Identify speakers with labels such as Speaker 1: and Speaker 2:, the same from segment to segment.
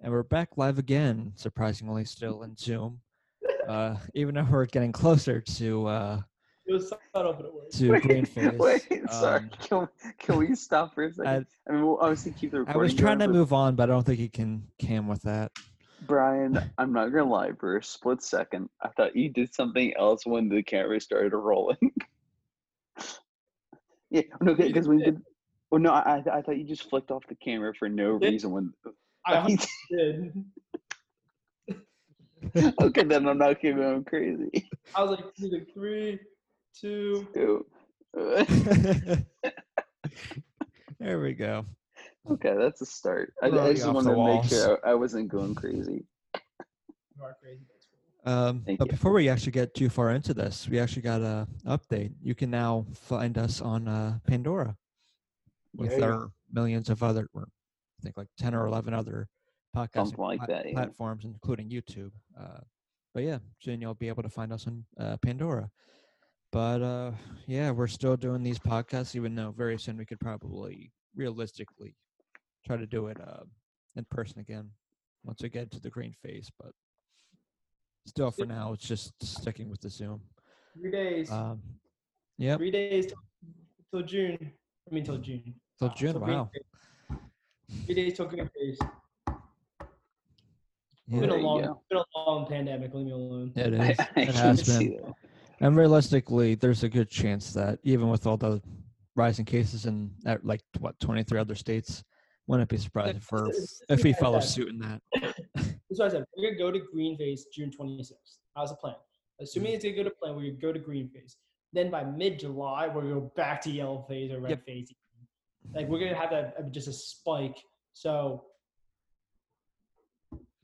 Speaker 1: and we're back live again. Surprisingly, still in Zoom, uh, even though we're getting closer to uh,
Speaker 2: It was subtle, but it worked.
Speaker 1: to
Speaker 3: Wait,
Speaker 1: green face.
Speaker 3: Wait, sorry.
Speaker 1: Um,
Speaker 3: can, can we stop for a second? I, mean, we'll obviously keep the
Speaker 1: I
Speaker 3: recording.
Speaker 1: was trying to
Speaker 3: going,
Speaker 1: move on, but I don't think he can cam with that.
Speaker 3: but Brian, I'm not gonna lie. For a split second, I thought you did something else when the camera started rolling. yeah, no,
Speaker 2: You
Speaker 3: because we
Speaker 2: did.
Speaker 3: did. Well, no, I, I I thought you just flicked off the camera for no
Speaker 2: Did-
Speaker 3: reason when.
Speaker 2: I honestly did.
Speaker 3: okay, then I'm not giving him crazy.
Speaker 2: I was like, dude, like, three, two.
Speaker 3: Ew. Uh,
Speaker 1: there we go.
Speaker 3: okay, that's a start. I,
Speaker 1: We're
Speaker 3: I
Speaker 1: already
Speaker 3: just
Speaker 1: off the
Speaker 3: wanted to make
Speaker 1: walls.
Speaker 3: sure I I wasn't going crazy.
Speaker 2: You are crazy. That's cool.
Speaker 1: Um,
Speaker 3: Thank
Speaker 1: but
Speaker 3: you.
Speaker 1: before we actually get too far into this, we actually got a update. You can now find us on uh, Pandora with
Speaker 3: Yeah.
Speaker 1: our millions of other, or I think like ten or eleven other podcasts
Speaker 3: Something like that, yeah.
Speaker 1: platforms, including YouTube. Uh, but yeah, soon you'll be able to find us on uh, Pandora. But uh, yeah, we're still doing these podcasts, even though very soon we could probably realistically try to do it uh, in person again once we get to the green phase. But still, for
Speaker 2: Yeah.
Speaker 1: now, it's just sticking with the Zoom.
Speaker 2: Three days.
Speaker 1: Um, yep,
Speaker 2: Three days till, till June. I mean, till June.
Speaker 1: till
Speaker 2: Wow,
Speaker 1: June.
Speaker 2: Green
Speaker 1: Wow.
Speaker 2: Phase. Three days till green phase. It's been
Speaker 1: Yeah,
Speaker 2: a
Speaker 3: There you
Speaker 2: long,
Speaker 3: go.
Speaker 2: it's been a long pandemic. Leave me alone.
Speaker 1: it
Speaker 3: I,
Speaker 1: is.
Speaker 3: I
Speaker 1: It
Speaker 3: can
Speaker 1: has
Speaker 3: see
Speaker 1: been.
Speaker 3: that.
Speaker 1: And realistically, there's a good chance that even with all the rising cases in at like what 23 other states, wouldn't be surprised if, we're, if we follow suit in that.
Speaker 2: That's what I said. We're gonna go to green phase June 26th. How's the plan?
Speaker 1: Mm.
Speaker 2: Assuming it's gonna go to plan, we're gonna go to green phase. Then by mid-July, we're gonna go back to yellow phase or red
Speaker 1: Yep.
Speaker 2: phase. Like we're gonna have that uh, just a spike. So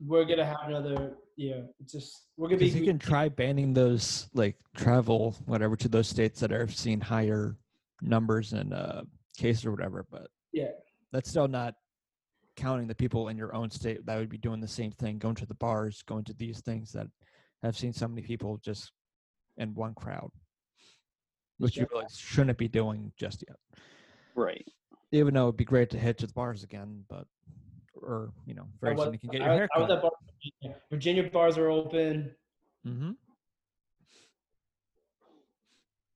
Speaker 2: we're gonna have another. Yeah, it's just we're gonna be.
Speaker 1: Because you can try banning those like travel whatever to those states that are seeing higher numbers and uh, cases or whatever, but
Speaker 2: Yeah.
Speaker 1: that's still not counting the people in your own state that would be doing the same thing, going to the bars, going to these things that have seen so many people just in one crowd, which you
Speaker 2: Yeah.
Speaker 1: really shouldn't be doing just yet.
Speaker 3: Right.
Speaker 1: Even though it'd be great to head to the bars again, but or you know,
Speaker 2: I
Speaker 1: very soon
Speaker 2: was-
Speaker 1: you can get
Speaker 2: I
Speaker 1: your
Speaker 2: was-
Speaker 1: hair
Speaker 2: I was
Speaker 1: cut.
Speaker 2: at bars in Virginia. Virginia bars are open.
Speaker 1: Mm-hmm.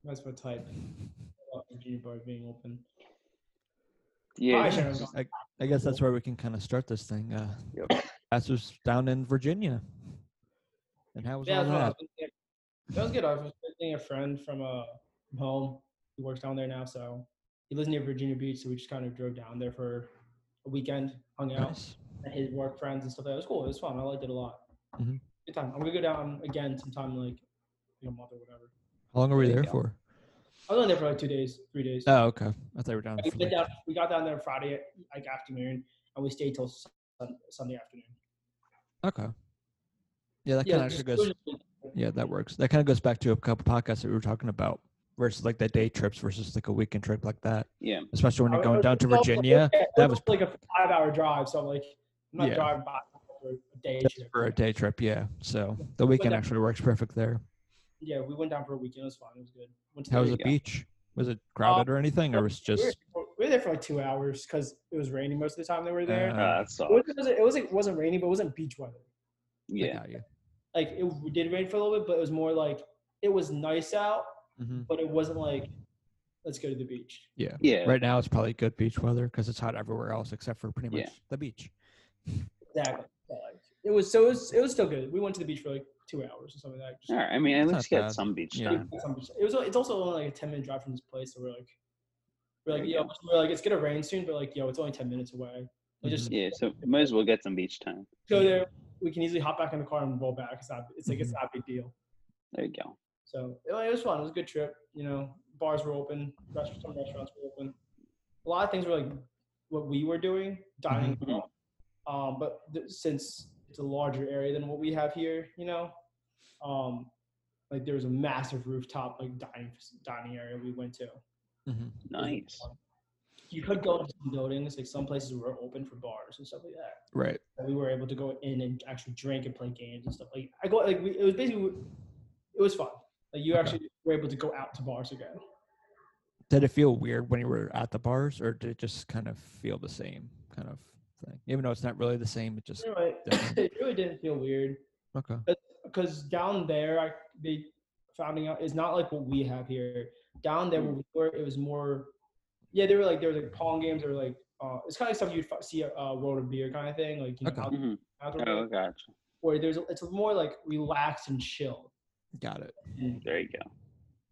Speaker 2: That's my type. I love Virginia bars being open.
Speaker 3: Yeah.
Speaker 2: I should have gone.
Speaker 1: I, I guess that's where we can kind of start this thing. Uh,
Speaker 3: Yep.
Speaker 1: That's was down in Virginia. And how was
Speaker 2: Yeah,
Speaker 1: all
Speaker 2: that's what I
Speaker 1: that?
Speaker 2: was visiting- that was good. I was visiting a friend from uh from home. He works down there now, so he lives near Virginia Beach. So we just kind of drove down there for a weekend, hung out,
Speaker 1: Nice.
Speaker 2: and his work friends and stuff. That was cool. It was fun. I liked it a lot.
Speaker 1: Mhm.
Speaker 2: Good time. I'm gonna go down again sometime, like in a month or whatever.
Speaker 1: How long were we
Speaker 3: Yeah,
Speaker 1: there
Speaker 3: yeah.
Speaker 1: for?
Speaker 2: I was only there for like two days, three days.
Speaker 1: Oh, okay. I thought we were down
Speaker 2: we,
Speaker 1: for
Speaker 2: went
Speaker 1: like,
Speaker 2: down, we got down there Friday like afternoon, and we stayed till sun, Sunday afternoon.
Speaker 1: Okay. Yeah, that
Speaker 2: Yeah,
Speaker 1: kind of
Speaker 2: it was-
Speaker 1: actually goes.
Speaker 2: it was-
Speaker 1: Yeah, that works. That kind of goes back to a couple podcasts that we were talking about versus like the day trips versus like a weekend trip like that.
Speaker 3: Yeah.
Speaker 1: Especially when
Speaker 2: I
Speaker 1: you're going
Speaker 2: was-
Speaker 1: down to
Speaker 2: it was also-
Speaker 1: Virginia
Speaker 2: yeah, it
Speaker 1: that was-
Speaker 2: like a five-hour drive, so I'm like, I'm not
Speaker 1: Yeah.
Speaker 2: driving by for a day.
Speaker 1: just
Speaker 2: trip.
Speaker 1: for a day trip. Yeah. So the weekend
Speaker 2: down-
Speaker 1: actually works perfect there.
Speaker 2: Yeah, we went down for a weekend. It was fun. It was good. Went to
Speaker 1: How was
Speaker 2: the-
Speaker 1: the
Speaker 3: go.
Speaker 1: beach? Was it crowded or anything, or was it
Speaker 2: we were-
Speaker 1: just
Speaker 2: we were there for like two hours because it was raining most of the time they were there.
Speaker 1: Uh,
Speaker 3: Uh,
Speaker 2: it,
Speaker 3: so
Speaker 2: wasn't, it, wasn't, it wasn't- wasn't raining, but it wasn't beach weather.
Speaker 1: I
Speaker 3: yeah.
Speaker 1: got you.
Speaker 2: Like it did rain for a little bit, but it was more like it was nice out,
Speaker 1: Mhm.
Speaker 2: but it wasn't like let's go to the beach.
Speaker 1: Yeah.
Speaker 3: Yeah.
Speaker 1: Right now, it's probably good beach weather because it's hot everywhere else except for pretty much
Speaker 3: Yeah.
Speaker 1: the beach.
Speaker 2: Exactly. But, like, It was so it was, it was still good. We went to the beach for like two hours or something like that. Just-
Speaker 3: All right. I mean, at
Speaker 1: It's
Speaker 3: least
Speaker 1: not
Speaker 3: you got
Speaker 1: bad.
Speaker 3: some beach
Speaker 1: Yeah.
Speaker 3: time.
Speaker 2: Some- It was. It's also only like a ten minute drive from this place, so we're like, we're
Speaker 3: There
Speaker 2: like,
Speaker 3: you
Speaker 2: yo, we're like, it's gonna rain soon, but like, yo, it's only ten minutes away. We just
Speaker 3: Yeah. So might as well get some beach time.
Speaker 2: go there. We can easily hop back in the car and roll back. It's not. It's like it's not a big deal.
Speaker 3: There you go.
Speaker 2: So it, it was fun. It was a good trip. You know, bars were open. Restaurants, some restaurants were open. A lot of things were like what we were doing, dining. Um, but th- since it's a larger area than what we have here, you know, um, like there was a massive rooftop like dining dining area we went to.
Speaker 1: Mhm.
Speaker 3: Nice.
Speaker 2: You could go into some buildings, like some places were open for bars and stuff like that.
Speaker 1: Right.
Speaker 2: And we were able to go in and actually drink and play games and stuff like I go like we, it was basically it was fun. Like you
Speaker 1: Okay.
Speaker 2: actually were able to go out to bars again.
Speaker 1: Did it feel weird when you were at the bars, or did it just kind of feel the same? Kind of. thing, even though it's not really the same. It just
Speaker 2: You're right.
Speaker 1: Definitely.
Speaker 2: it really didn't feel weird
Speaker 1: okay.
Speaker 2: because down there, I they founding out is not like what we have here. Down there, where
Speaker 1: Hmm.
Speaker 2: we were, it was more. Yeah, they were like there was like pong games or like uh, it's kind of stuff you'd fi- see at uh, World of Beer kind of thing, like you know,
Speaker 1: Okay.
Speaker 2: out-
Speaker 3: hmm
Speaker 2: outdoor
Speaker 3: Oh,
Speaker 2: games,
Speaker 3: gotcha.
Speaker 2: where there's it's more like relaxed and chilled.
Speaker 1: Got it.
Speaker 2: And
Speaker 3: There you go.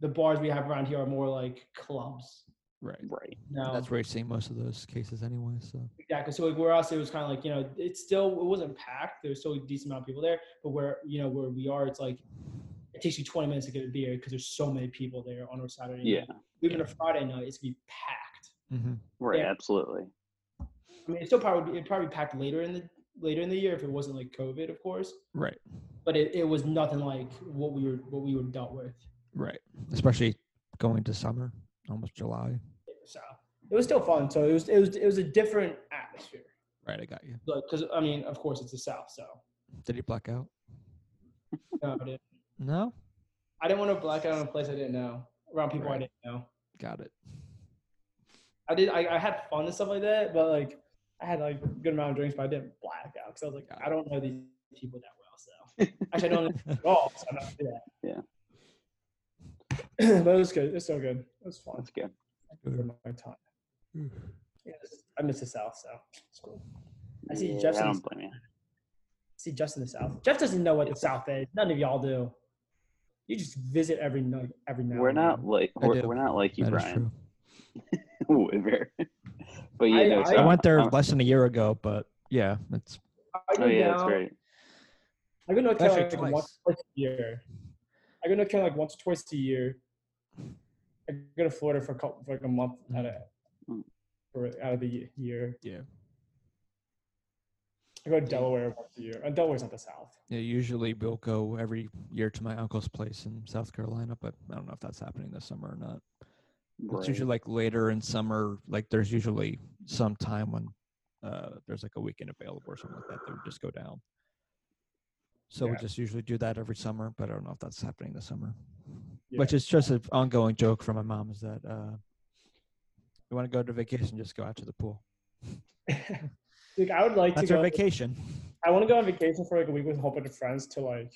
Speaker 2: the bars we have around here are more like clubs.
Speaker 1: Right.
Speaker 3: Right.
Speaker 2: No,
Speaker 1: That's where you see most of those cases anyway. So
Speaker 2: Exactly. So like where us, it was kind of like you know, it's still it wasn't packed. There was still a decent amount of people there, but where you know where we are, it's like it takes you 20 minutes to get a beer because there's so many people there on a Saturday.
Speaker 3: Yeah.
Speaker 2: night. Even a Friday night, it's gonna be packed.
Speaker 1: mm-hmm.
Speaker 3: Right.
Speaker 2: Yeah.
Speaker 3: Absolutely.
Speaker 2: I mean, it still probably it'd probably be packed later in the later in the year if it wasn't like COVID, of course.
Speaker 1: right,
Speaker 2: But it, it was nothing like what we were what we were dealt with.
Speaker 1: right. Especially going to summer, almost July.
Speaker 2: So it was still fun. So it was it was it was a different atmosphere.
Speaker 1: Right, I got you.
Speaker 2: Like, cause I mean, of course, it's the South, so
Speaker 1: Did he black out?
Speaker 2: no, I didn't.
Speaker 1: No.
Speaker 2: I didn't want to black out in a place I didn't know around people I
Speaker 1: Right.
Speaker 2: didn't know.
Speaker 1: Got it.
Speaker 2: I did. I, I had fun and stuff like that, but like I had like a good amount of drinks, but I didn't black out because I was like, I don't know these people that well. So actually, I don't know them at all. So I'm not gonna do that. Yeah. but it was good. It's so good. It was fun.
Speaker 3: That's good.
Speaker 2: I enjoyed my time. Yeah, it's- I miss the South, so it's cool. I see
Speaker 3: Yeah, I
Speaker 2: Justin.
Speaker 3: don't blame you.
Speaker 2: see Justin the South. Jeff doesn't know what the South is. None of y'all do. You just visit every night. Every night.
Speaker 3: We're not like
Speaker 1: I
Speaker 3: we're,
Speaker 1: do.
Speaker 3: we're not like you,
Speaker 1: That is
Speaker 3: Brian. We're- but you
Speaker 2: I-
Speaker 3: know,
Speaker 2: I-
Speaker 1: I went there
Speaker 3: I'm-
Speaker 1: less than a year ago, but yeah, it's
Speaker 2: I go
Speaker 3: oh yeah, that's
Speaker 2: down-
Speaker 3: right.
Speaker 2: I go to North Carolina
Speaker 1: Actually,
Speaker 2: like once twice a year. I go to North Carolina like once or twice a year. I go to Florida for, a couple, for like a month out of
Speaker 3: Mm.
Speaker 2: for out of the ye- year.
Speaker 1: yeah.
Speaker 2: I go to Delaware once a year. And Delaware's not the South.
Speaker 1: Yeah, usually we'll go every year to my uncle's place in South Carolina, but I don't know if that's happening this summer or not. It's
Speaker 3: Right.
Speaker 1: usually like later in summer, like there's usually some time when uh, there's like a weekend available or something like that that would just go down. So we
Speaker 2: Yeah.
Speaker 1: just usually do that every summer, but I don't know if that's happening this summer.
Speaker 2: Yeah.
Speaker 1: Which is just an ongoing joke from my mom is that uh, you want to go to vacation, just go out to the pool.
Speaker 2: Like I would like
Speaker 1: That's
Speaker 2: to
Speaker 1: our
Speaker 2: go.
Speaker 1: vacation.
Speaker 2: I want to go on vacation for like a week with a whole bunch of friends to like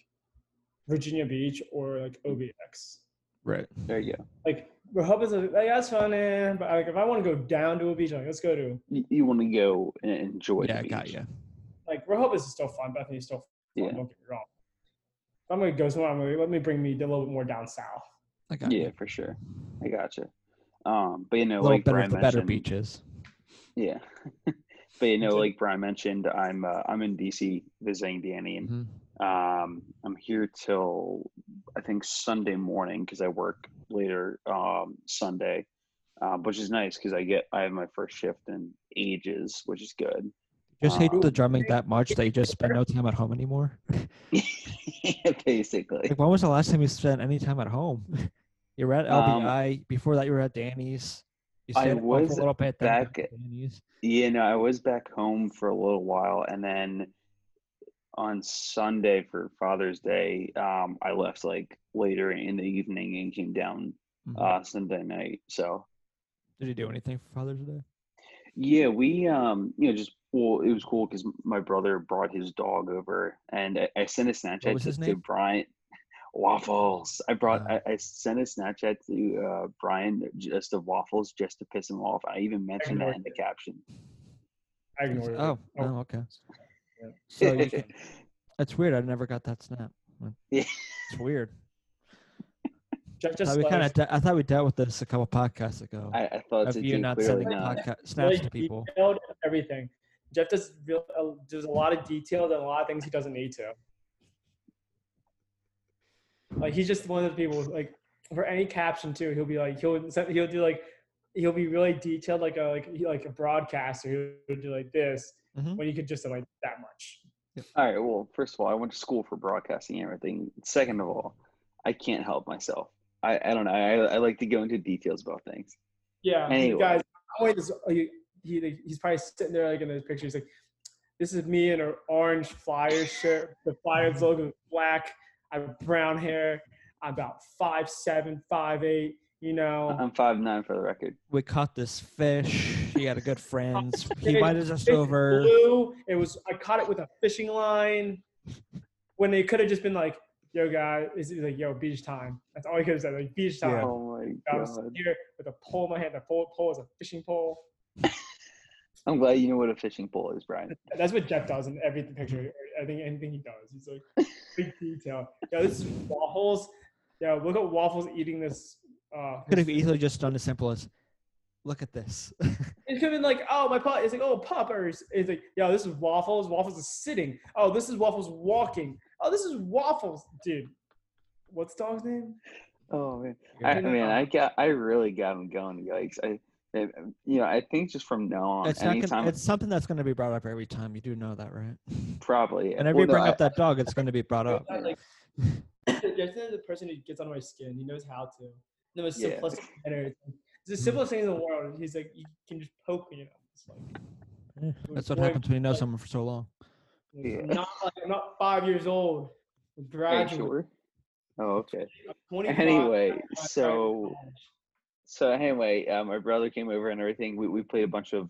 Speaker 2: Virginia Beach or like
Speaker 1: Hmm.
Speaker 2: OBX.
Speaker 1: Right.
Speaker 3: There you go.
Speaker 2: Like we're hoping to, like that's fun, eh, but like if I want to go down to a beach, like let's go to
Speaker 3: You, you want to go and enjoy.
Speaker 1: yeah, I
Speaker 3: the
Speaker 1: got
Speaker 3: beach.
Speaker 1: you.
Speaker 2: like Rehoboth is still fun. Bethany is still fun.
Speaker 3: Yeah.
Speaker 2: Don't get me wrong. If I'm gonna go somewhere. I'm gonna let me bring me a little bit more down south.
Speaker 1: I got
Speaker 3: Yeah,
Speaker 1: you.
Speaker 3: for sure. I got you. Um, but you
Speaker 1: A
Speaker 3: know,
Speaker 1: little
Speaker 3: like
Speaker 1: better,
Speaker 3: Brian
Speaker 1: the better
Speaker 3: mentioned-
Speaker 1: beaches.
Speaker 3: Yeah. but you know,
Speaker 2: Exactly.
Speaker 3: like Brian mentioned, I'm uh, I'm in DC visiting Danny, and
Speaker 1: Mhm.
Speaker 3: um, I'm here till I think Sunday morning because I work later um, Sunday, uh, which is nice because I get I have my first shift in ages, which is good.
Speaker 1: Just hate
Speaker 3: Um,
Speaker 1: the drumming that much that you just spend no time at home anymore.
Speaker 3: Basically,
Speaker 1: Like, when was the last time you spent any time at home? You were at
Speaker 3: Um,
Speaker 1: LBI. Before that, you were at Danny's. You
Speaker 3: I
Speaker 1: stayed at home for
Speaker 3: was
Speaker 1: a little bit. then back
Speaker 3: back
Speaker 1: at Danny's.
Speaker 3: yeah. No, I was back home for a little while, and then on Sunday for Father's Day, um, I left like later in the evening and came down
Speaker 1: Mhm.
Speaker 3: uh, Sunday night. So
Speaker 1: Did you do anything for Father's Day?
Speaker 3: yeah, we um, you know, just well, it was cool because my brother brought his dog over, and I, I sent a Snapchat
Speaker 1: was
Speaker 3: to,
Speaker 1: his
Speaker 3: to
Speaker 1: name?
Speaker 3: Brian Waffles. I brought,
Speaker 1: Ah.
Speaker 3: I, I sent a Snapchat to uh, Brian just of Waffles just to piss him off. I even mentioned that in the caption.
Speaker 2: I
Speaker 1: Yes.
Speaker 2: ignored
Speaker 1: Oh,
Speaker 2: it.
Speaker 1: oh, okay.
Speaker 2: Yeah.
Speaker 1: So you can, that's weird. I never got that snap. Mm.
Speaker 3: Yeah.
Speaker 1: It's weird.
Speaker 2: Jeff
Speaker 1: I
Speaker 2: just
Speaker 1: thought, we
Speaker 2: let
Speaker 1: kinda
Speaker 2: us-
Speaker 1: de- I thought we dealt with this a couple podcasts ago.
Speaker 3: I, I thought
Speaker 1: of
Speaker 3: to
Speaker 1: you
Speaker 3: you
Speaker 1: not
Speaker 3: clearly
Speaker 1: sending
Speaker 3: not.
Speaker 1: podca-
Speaker 2: really
Speaker 1: snaps to people.
Speaker 2: detailed everything. Jeff does real, uh, there's a lot of details and a lot of things he doesn't need to. Like he's just one of those people. Like for any caption too, he'll be like he'll send- he'll do like he'll be really detailed like a like he- like a broadcaster. He'll do like this
Speaker 1: Mhm.
Speaker 2: when you could just like that much.
Speaker 3: All right. Well, first of all, I went to school for broadcasting and everything. Second of all, I can't help myself. I, I don't know. I, I like to go into details about things.
Speaker 2: Yeah, you
Speaker 3: Anyway.
Speaker 2: guys. I'm always this- he, he, like, he's probably sitting there like in those pictures, like this is me in an orange Flyers shirt. The Flyers logo is black. I have brown hair. I'm about five seven, five eight. You know,
Speaker 3: I'm five nine for the record.
Speaker 1: We caught this fish. you got a good friend. He
Speaker 2: Dude,
Speaker 1: invited us
Speaker 2: It
Speaker 1: over.
Speaker 2: Blew. It was. I caught it with a fishing line. When they could have just been like, "Yo, guy," is like, "Yo, beach time." That's all he could have said. Like beach time.
Speaker 3: Oh my
Speaker 2: I was
Speaker 3: god!
Speaker 2: here with a pole in my hand. The pole, pole is a fishing pole.
Speaker 3: I'm glad you know what a fishing pole is, Brian.
Speaker 2: That's what Jeff does in every picture. I think anything he does, he's like big detail. Yo, this is waffles. Yeah, look at waffles eating this. Uh,
Speaker 1: Could
Speaker 2: his-
Speaker 1: have easily just done as simple as, look at this.
Speaker 2: It could have been like, oh, my pup. It's like, oh, pup. Or it's, it's like, yo, this is waffles. Waffles is sitting. Oh, this is waffles walking. Oh, this is waffles, dude. What's dog's name?
Speaker 3: Oh man, I, I mean, I got, I really got him going. Yikes! I, I, you know, I think just from now on,
Speaker 1: it's not.
Speaker 3: anytime,
Speaker 1: Gonna, it's something that's going to be brought up every time. You do know that, right?
Speaker 3: probably.
Speaker 1: Whenever
Speaker 3: well,
Speaker 1: you
Speaker 3: no,
Speaker 1: bring
Speaker 3: I-
Speaker 1: up that dog, it's going to be brought up.
Speaker 2: Like, Jeff is the person who gets under my skin. He knows how to. The most
Speaker 3: Yeah.
Speaker 2: simplest manner. It's the simplest thing in the world. He's like, you can just poke me. You know? It's like,
Speaker 1: Yeah, That's what
Speaker 2: Boy,
Speaker 1: happens when you know someone for so long.
Speaker 2: I'm,
Speaker 3: Yeah.
Speaker 2: not, like, I'm not five years old. I'm
Speaker 3: Are you
Speaker 2: graduate.
Speaker 3: sure? Oh, okay.
Speaker 2: 25,
Speaker 3: Anyway,
Speaker 2: I'm graduating
Speaker 3: so
Speaker 2: college.
Speaker 3: so anyway, uh, my brother came over and everything. We we played a bunch of,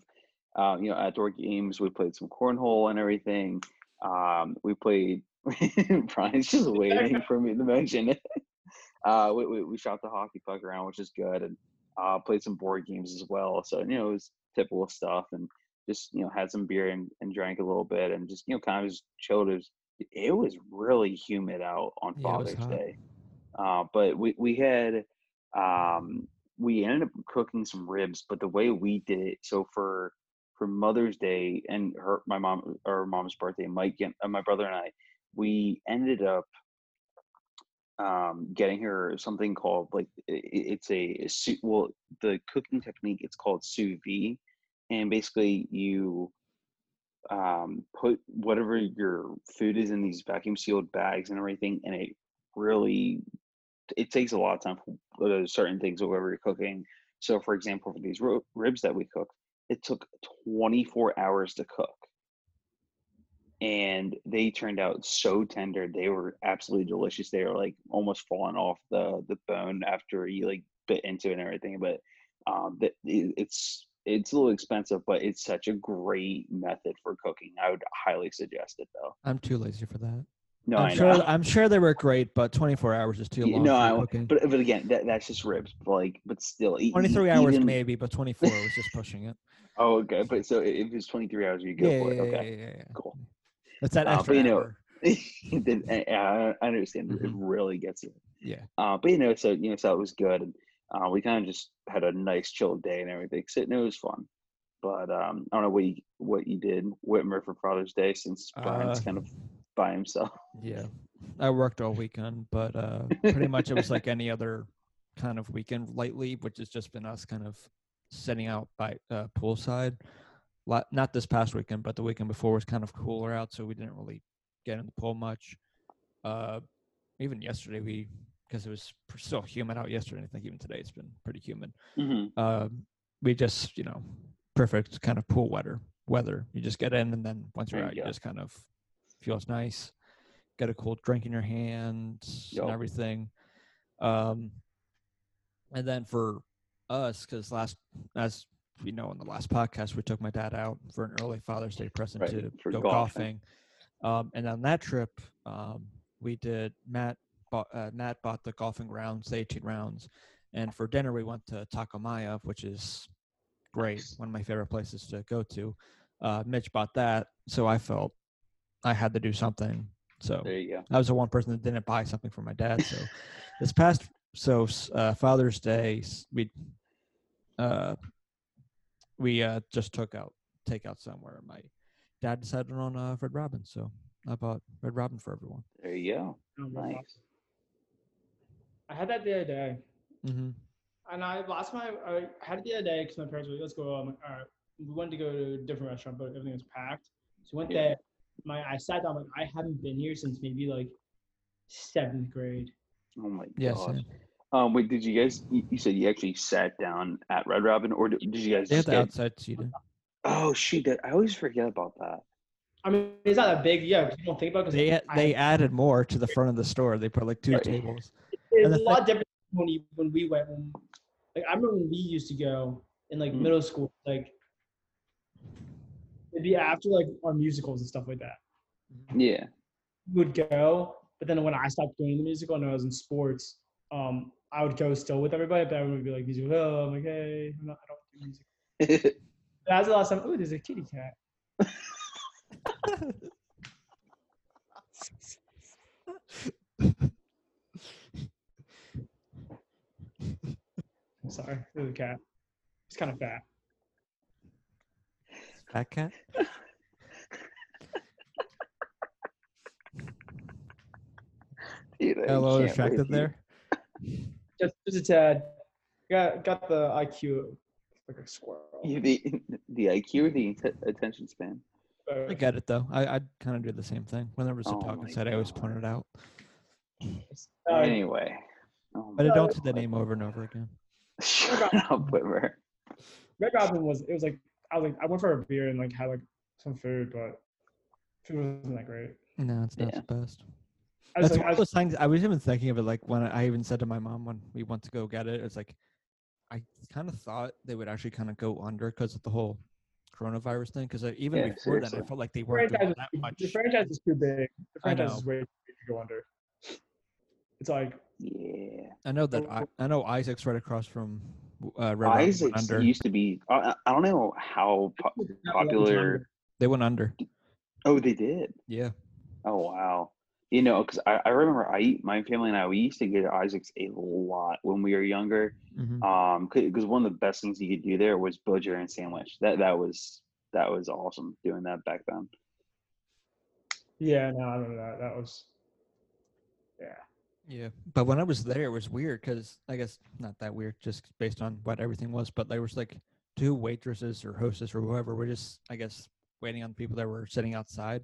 Speaker 3: um, you know, outdoor games. We played some cornhole and everything. Um, we played. Brian's just waiting for me to mention it. Uh, we, we we shot the hockey puck around, which is good, and uh, played some board games as well. So you know, it was typical stuff, and just you know, had some beer and, and drank a little bit, and just you know, kind of just chilled. It was, it was really humid out on
Speaker 1: Yeah, it was
Speaker 3: Father's
Speaker 1: hot.
Speaker 3: Day, uh, but we we had um, we ended up cooking some ribs, but the way we did it, so for for Mother's Day and her my mom or mom's birthday, Mike and uh, my brother and I, we ended up um, getting her something called like i- i- it's a, a sous- well the cooking technique it's called sous vide, and basically you um, put whatever your food is in these vacuum sealed bags and everything, and it really it takes a lot of time for those certain things whatever you're cooking. So, for example, for these ro- ribs that we cooked, it took 24 hours to cook, and they turned out so tender. They were absolutely delicious. They were like almost falling off the the bone after you like bit into it and everything. But um, that it, it's it's a little expensive, but it's such a great method for cooking. I would highly suggest it, though.
Speaker 1: I'm too lazy for that.
Speaker 3: No,
Speaker 1: I'm
Speaker 3: I
Speaker 1: sure.
Speaker 3: know.
Speaker 1: I'm sure they were great, but 24 hours is too
Speaker 3: Yeah,
Speaker 1: long.
Speaker 3: no,
Speaker 1: for
Speaker 3: I w-
Speaker 1: cooking.
Speaker 3: But but again, that, that's just ribs. But like, but still, e- e-
Speaker 1: 23 hours
Speaker 3: even-
Speaker 1: maybe, but 24 was just pushing it.
Speaker 3: Oh, okay. But so i- if it's 23 hours, you go
Speaker 1: Yeah,
Speaker 3: for it.
Speaker 1: yeah, yeah,
Speaker 3: Okay,
Speaker 1: yeah, yeah, yeah.
Speaker 3: cool.
Speaker 1: That's that
Speaker 3: Uh, but
Speaker 1: extra
Speaker 3: you know-
Speaker 1: hour.
Speaker 3: Then, uh, I I understand. It
Speaker 1: Mhm.
Speaker 3: really gets you.
Speaker 1: Yeah.
Speaker 3: Uh, but you know, so you know, so it was good, and uh, we kind of just had a nice, chill day and everything. So it was fun. But um, I don't know what you what you did, Whitmer, for Father's Day, since Brian's
Speaker 1: Uh,
Speaker 3: kind of by himself.
Speaker 1: Yeah. I worked all weekend, but uh, pretty much it was like any other kind of weekend lately, which has just been us kind of sitting out by uh, poolside. Lot, not this past weekend, but the weekend before was kind of cooler out, so we didn't really get in the pool much. Uh, even yesterday, we because it was pr- still humid out yesterday. and I think even today it's been pretty humid.
Speaker 3: hmm
Speaker 1: Uh, we just you know perfect kind of pool weather. Weather you just get in, and then once you're
Speaker 3: There you
Speaker 1: out, you
Speaker 3: go.
Speaker 1: just kind of feels nice get a cold drink in your hands
Speaker 3: Yup.
Speaker 1: and everything. Um, and then for us, because last, as you know, in the last podcast, we took my dad out for an early Father's Day present
Speaker 3: Right,
Speaker 1: to
Speaker 3: for
Speaker 1: go golfing.
Speaker 3: golfing.
Speaker 1: Um, and on that trip, um, we did Matt bought uh, Matt bought the golfing rounds, the 18 rounds, and for dinner we went to Takamaya, which is great, one of my favorite places to go to. Uh, Mitch bought that, so I felt I had to do something. So
Speaker 3: There you go.
Speaker 1: I was the one person that didn't buy something for my dad. So this past so s- uh, Father's Day, s- we uh, we uh, just took out take out somewhere. My dad decided on uh, Red Robin, so I bought Red Robin for everyone.
Speaker 3: There you go.
Speaker 2: Oh my God.
Speaker 3: Nice.
Speaker 2: I had that the other day.
Speaker 1: Mm-hmm.
Speaker 2: And I last time I, I had it the other day because my parents were like, let's go. I'm like, all right. We wanted to go to a different restaurant, but everything was packed. So we went
Speaker 3: Yeah.
Speaker 2: there. My I sat down. Like, I haven't been here since maybe like seventh grade.
Speaker 3: Oh my god.
Speaker 1: Yes, yeah.
Speaker 3: Um, wait, did you guys? You, you said you actually sat down at Red Robin, or did, did you guys?
Speaker 1: they had
Speaker 3: Just
Speaker 1: the
Speaker 3: get,
Speaker 1: outside seating.
Speaker 3: oh shoot! That, I always forget about that.
Speaker 2: I mean, it's not that big. Yeah, 'cause you don't think about because
Speaker 1: They a- they added more to the front of the store. They put like two
Speaker 3: Right.
Speaker 1: tables.
Speaker 2: it's
Speaker 1: and
Speaker 2: a
Speaker 1: the
Speaker 2: lot different when you, when we went. When, like I remember when we used to go in like
Speaker 1: Mm-hmm.
Speaker 3: Mm.
Speaker 2: middle school. Like it'd be after like our musicals and stuff like that.
Speaker 3: Yeah.
Speaker 2: We would go, but then when I stopped doing the musical and I was in sports, um, I would go still with everybody, but everyone would be like, musical, oh, I'm like, hey, I'm not, I don't do music. That's the last time, oh, there's a kitty cat. Sorry, there's a cat. It's kind of fat.
Speaker 1: Fat cat.
Speaker 3: Dude, I
Speaker 1: Got a little
Speaker 3: can't
Speaker 1: distracted
Speaker 3: with you.
Speaker 1: there.
Speaker 2: Just, just a tad. Got, got the IQ like a squirrel.
Speaker 3: You the the IQ or the int- attention span?
Speaker 1: I
Speaker 2: But
Speaker 1: get it though. I, I kind of do the same thing. Whenever someone
Speaker 3: Oh
Speaker 1: talking
Speaker 3: my
Speaker 1: said, I always
Speaker 3: God.
Speaker 1: point it out,
Speaker 2: it's- uh,
Speaker 3: anyway. Oh
Speaker 1: but I
Speaker 3: my
Speaker 1: don't say the
Speaker 3: God.
Speaker 1: name over and over again.
Speaker 3: Shut up, Whitmer.
Speaker 2: Red Robin was it was like I was like I went for a beer and like had like some food, but food wasn't that great.
Speaker 1: No, it's not
Speaker 3: Yeah.
Speaker 1: supposed.
Speaker 2: I was
Speaker 1: That's
Speaker 2: like,
Speaker 1: one
Speaker 2: I
Speaker 1: of
Speaker 2: was,
Speaker 1: those things. I was even thinking of it, like when I, I even said to my mom when we went to go get it, it's like I kind of thought they would actually kind of go under because of the whole coronavirus thing. Because even
Speaker 3: Yeah,
Speaker 1: before that, I
Speaker 3: seriously.
Speaker 1: felt like they
Speaker 2: the
Speaker 1: weren't
Speaker 2: franchise
Speaker 1: doing
Speaker 2: is
Speaker 1: that
Speaker 2: too-
Speaker 1: much.
Speaker 2: the franchise is too big. The
Speaker 1: I
Speaker 2: franchise
Speaker 1: know.
Speaker 2: is way too big to go under. It's like
Speaker 3: Yeah.
Speaker 1: I know that I, I know Isaac's right across from uh, Red Robin went
Speaker 3: Isaac
Speaker 1: under.
Speaker 3: used to be. I, I- I don't know how po-
Speaker 2: not a long
Speaker 3: popular.
Speaker 2: time.
Speaker 1: They went under.
Speaker 3: Oh, they did.
Speaker 1: Yeah.
Speaker 3: Oh, wow. You know, because I, I remember I my family and I we used to get Isaac's a lot when we were younger.
Speaker 1: hmm
Speaker 3: Um, because one of the best things you could do there was butcher and sandwich. That that was that was awesome doing that back then.
Speaker 2: yeah, no, I remember that. That was yeah.
Speaker 1: Yeah, but when I was there, it was weird because I guess not that weird, just based on what everything was. But there was like two waitresses or hostess or whoever were just, I guess, waiting on people that were sitting outside,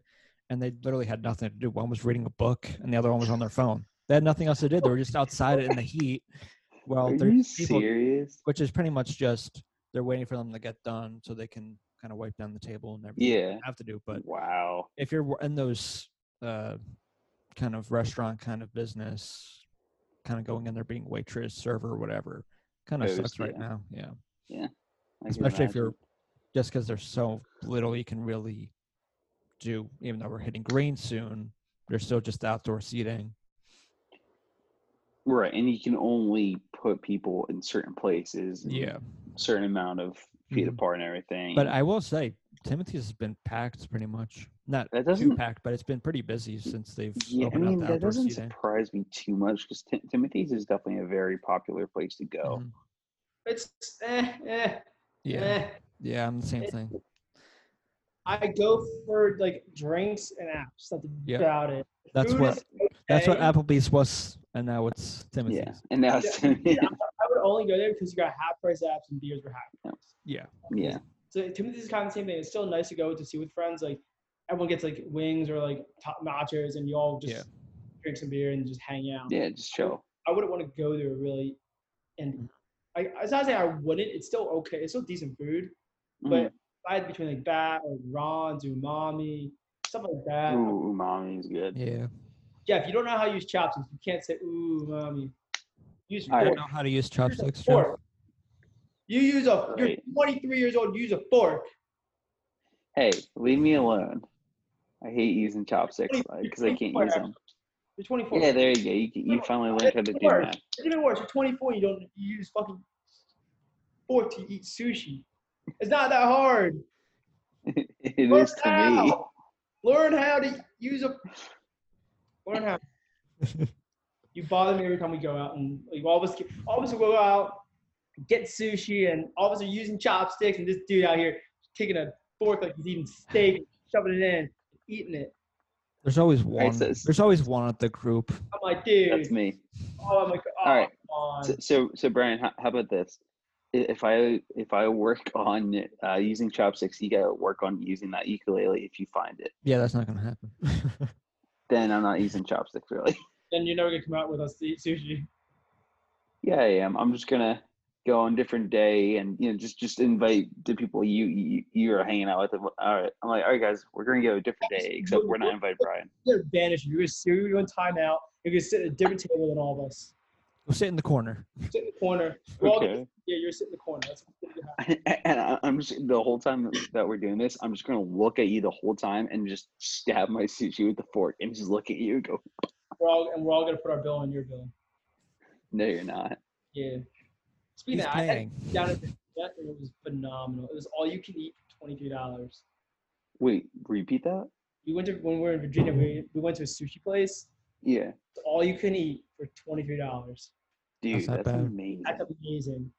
Speaker 1: and they literally had nothing to do. One was reading a book, and the other one was on their phone. They had nothing else to do. They were just outside in the heat. Well,
Speaker 3: Are you
Speaker 1: there's people,
Speaker 3: serious?
Speaker 1: which is pretty much just they're waiting for them to get done so they can kind of wipe down the table and everything. they
Speaker 3: Yeah.
Speaker 1: have to do, but
Speaker 3: wow.
Speaker 1: if you're w- in those uh, kind of restaurant kind of business, kind of going in there being waitress, server, whatever, kind of
Speaker 3: Those,
Speaker 1: sucks right
Speaker 3: yeah.
Speaker 1: now. Yeah,
Speaker 3: I can
Speaker 1: especially if
Speaker 3: imagine.
Speaker 1: you're just because there's so little you can really do. Even though we're hitting green soon, there's still just outdoor seating.
Speaker 3: right, and you can only put people in certain places. and
Speaker 1: Yeah,
Speaker 3: certain amount of feet
Speaker 1: Mhm.
Speaker 3: apart and everything.
Speaker 1: but I will say Timothy's has been packed pretty much. Not
Speaker 3: That
Speaker 1: too
Speaker 3: doesn't-
Speaker 1: packed, but it's been pretty busy since they've
Speaker 3: Yeah, I
Speaker 1: opened
Speaker 3: mean
Speaker 1: up the
Speaker 3: that
Speaker 1: outdoor
Speaker 3: doesn't
Speaker 1: seating.
Speaker 3: surprise me too much because Timothy's is definitely a very popular place to go.
Speaker 1: Mhm.
Speaker 2: It's eh, eh,
Speaker 1: Yeah,
Speaker 2: eh.
Speaker 1: yeah, I'm the same
Speaker 2: It-
Speaker 1: thing.
Speaker 2: I go for like drinks and apps. That's
Speaker 1: Yeah.
Speaker 2: about it.
Speaker 1: That's
Speaker 2: Food
Speaker 1: what
Speaker 2: is
Speaker 1: That's what
Speaker 2: okay.
Speaker 1: Applebee's was, and now it's Mm-hmm. Timothy's.
Speaker 3: Yeah, and now it's yeah,
Speaker 2: I would only go there because you got half price apps and beers were half price.
Speaker 1: Yeah.
Speaker 3: yeah.
Speaker 2: So Timothy's is kind of the same thing. It's still nice to go to see with friends. Like everyone gets like wings or like top nachos, and you all just
Speaker 1: Yeah.
Speaker 2: drink some beer and just hang out.
Speaker 3: just chill.
Speaker 2: I wouldn't want to go there really, and I, it's not saying I wouldn't. It's still okay. It's still decent food, but
Speaker 3: Mm.
Speaker 2: if I had between like that or Ron's, Umami, stuff like that.
Speaker 3: Mm, Ooh, umami is good.
Speaker 1: uh, Yeah.
Speaker 2: Yeah, if you don't know how to use chopsticks, you can't say ooh, Umami. Use
Speaker 3: All
Speaker 1: I
Speaker 3: right.
Speaker 1: don't
Speaker 2: fork.
Speaker 1: know how to use
Speaker 2: Use a
Speaker 1: chopsticks. Jeff.
Speaker 2: fork. You use a. You're
Speaker 3: Right.
Speaker 2: 23 years old. Use a fork.
Speaker 3: Hey, leave me alone. I hate using chopsticks because I can't use them.
Speaker 2: You're 24.
Speaker 3: Yeah, there you go. You, can- you finally learned how to do that.
Speaker 2: It's even worse. You're 24. You don't you use fucking fork to eat sushi. It's not that hard.
Speaker 3: it is to me.
Speaker 2: how. Learn how to use a. Learn how. you bother me every time we go out, and like, all of us, get- all of us will go out, get sushi, and all of us are using chopsticks, and this dude out here taking a fork like he's eating steak, shoving it in, eating it.
Speaker 1: There's always one.
Speaker 3: so it's-
Speaker 1: There's always one at the group.
Speaker 2: I'm like, dude.
Speaker 3: That's me.
Speaker 2: Oh, I'm like, oh,
Speaker 3: All right.
Speaker 2: come on.
Speaker 3: So, so, so Brian, how, how about this? I- If I if I work on uh, using chopsticks, you gotta work on using that ukulele if you find it.
Speaker 1: Yeah, that's not gonna happen.
Speaker 3: Then I'm not using chopsticks really.
Speaker 2: Then you're never gonna come out with us to eat sushi.
Speaker 3: Yeah, I am. I'm just gonna go on different day and you know just just invite the people you you, you are hanging out with. All right, I'm like, all right, guys, we're gonna go a different day, except we're not inviting Brian.
Speaker 2: You're banished. You're gonna you're gonna go in timeout. You're gonna sit at a different table than all of us.
Speaker 1: We'll sit in the corner.
Speaker 2: Sit in the corner. We're all-
Speaker 3: Okay.
Speaker 2: yeah, you're sitting in the corner. That's
Speaker 3: And I, I'm just the whole time that we're doing this, I'm just gonna look at you the whole time and just stab my sushi with the fork and just look at you. And go,
Speaker 2: we're all and we're all gonna put our bill on your bill.
Speaker 3: no, you're not.
Speaker 2: Yeah. Speaking
Speaker 1: He's
Speaker 2: of, that, I had
Speaker 1: paying.
Speaker 2: down at the jet and it was phenomenal. It was all you can eat, twenty three dollars.
Speaker 3: Wait, repeat that.
Speaker 2: We went to when we were in Virginia. We, we went to a sushi place.
Speaker 3: Yeah,
Speaker 2: It's all you can eat for twenty three dollars.
Speaker 3: dude,
Speaker 1: That's not
Speaker 3: that's,
Speaker 1: bad.
Speaker 3: amazing.
Speaker 2: That's amazing.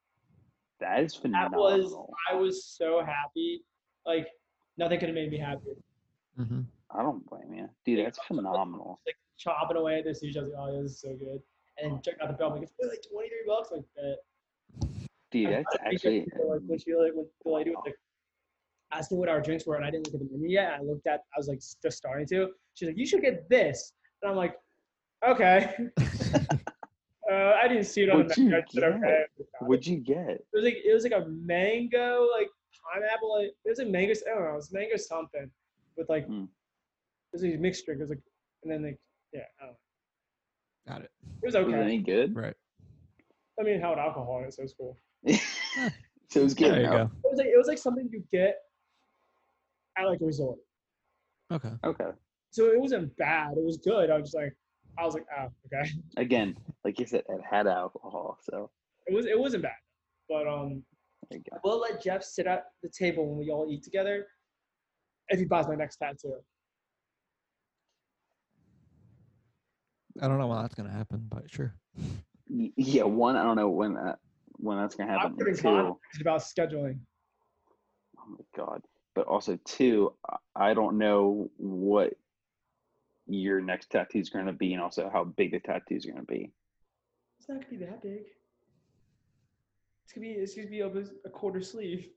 Speaker 3: That is
Speaker 2: That
Speaker 3: phenomenal.
Speaker 2: was I was so happy. Like nothing could have made me happier.
Speaker 1: Mm-hmm.
Speaker 3: I don't blame you, dude. That's phenomenal.
Speaker 2: Like chopping away at the sushi. I was like, oh, this is so good. And then check out the bill. I'm like, it's really like twenty three bucks. Like that.
Speaker 3: Dude,
Speaker 2: I'm trying
Speaker 3: that's
Speaker 2: to
Speaker 3: actually um,
Speaker 2: think of, like when she like when the lady was like asking what our drinks were, and I didn't look at the menu yet. I looked at, I was like s- just starting to. She's like, "You should get this," and I'm like, "Okay." uh, I didn't see it on
Speaker 3: What'd
Speaker 2: the menu.
Speaker 3: you
Speaker 2: I said,
Speaker 3: get?
Speaker 2: "Okay."
Speaker 3: What'd you get?
Speaker 2: It was like it was like a mango like pineapple. Like, it was a mango. I don't know. It was mango something with like
Speaker 3: Mm.
Speaker 2: it was a mixed drink. It was like and then like yeah, I don't know.
Speaker 1: Got it.
Speaker 2: it was
Speaker 3: Was it
Speaker 2: okay.
Speaker 3: any good?
Speaker 1: Right.
Speaker 2: I mean, it had alcohol in it, so it's cool.
Speaker 3: so it was good.
Speaker 1: There you
Speaker 3: enough.
Speaker 1: go.
Speaker 2: It was like it was like something you get at like a resort.
Speaker 1: Okay.
Speaker 3: Okay.
Speaker 2: so it wasn't bad. It was good. I was just like, I was like, oh, okay.
Speaker 3: Again, like you said, it had alcohol, so
Speaker 2: It was it wasn't bad, but um,
Speaker 3: there you go.
Speaker 2: we'll let Jeff sit at the table when we all eat together. If he buys my next tattoo,
Speaker 1: I don't know when that's gonna happen, but sure.
Speaker 3: Y- Yeah, one, I don't know when that when that's gonna happen.
Speaker 2: I'm
Speaker 3: and
Speaker 2: pretty
Speaker 3: Two,
Speaker 2: confident
Speaker 3: oh
Speaker 2: about scheduling.
Speaker 3: my god. But also two, I- I don't know what your next tattoo is gonna be, and also how big the tattoo is gonna be.
Speaker 2: It's not gonna be that big. It's gonna be it's gonna be a, a quarter sleeve.